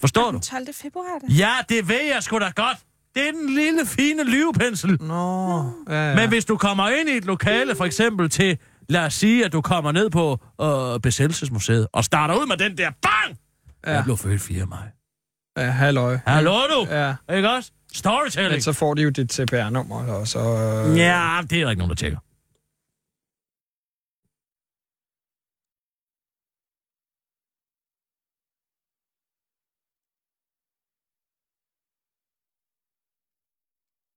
F: Forstår du?
H: Den 12. februar, da.
F: Ja, det ved jeg sgu da godt. Det er den lille, fine lyvepensel.
A: Nå, ja, ja.
F: Men hvis du kommer ind i et lokale, for eksempel til Lad os sige, at du kommer ned på øh, Besættelsesmuseet og starter ud med den der BANG! Ja. Jeg blev født 4. maj.
A: Ja, halløj.
F: Hallo du!
A: Ja.
F: Ikke også? Storytelling!
A: Men så øh, får de jo dit CPR-nummer, og så...
F: Ja, det er der ikke nogen, der tjekker.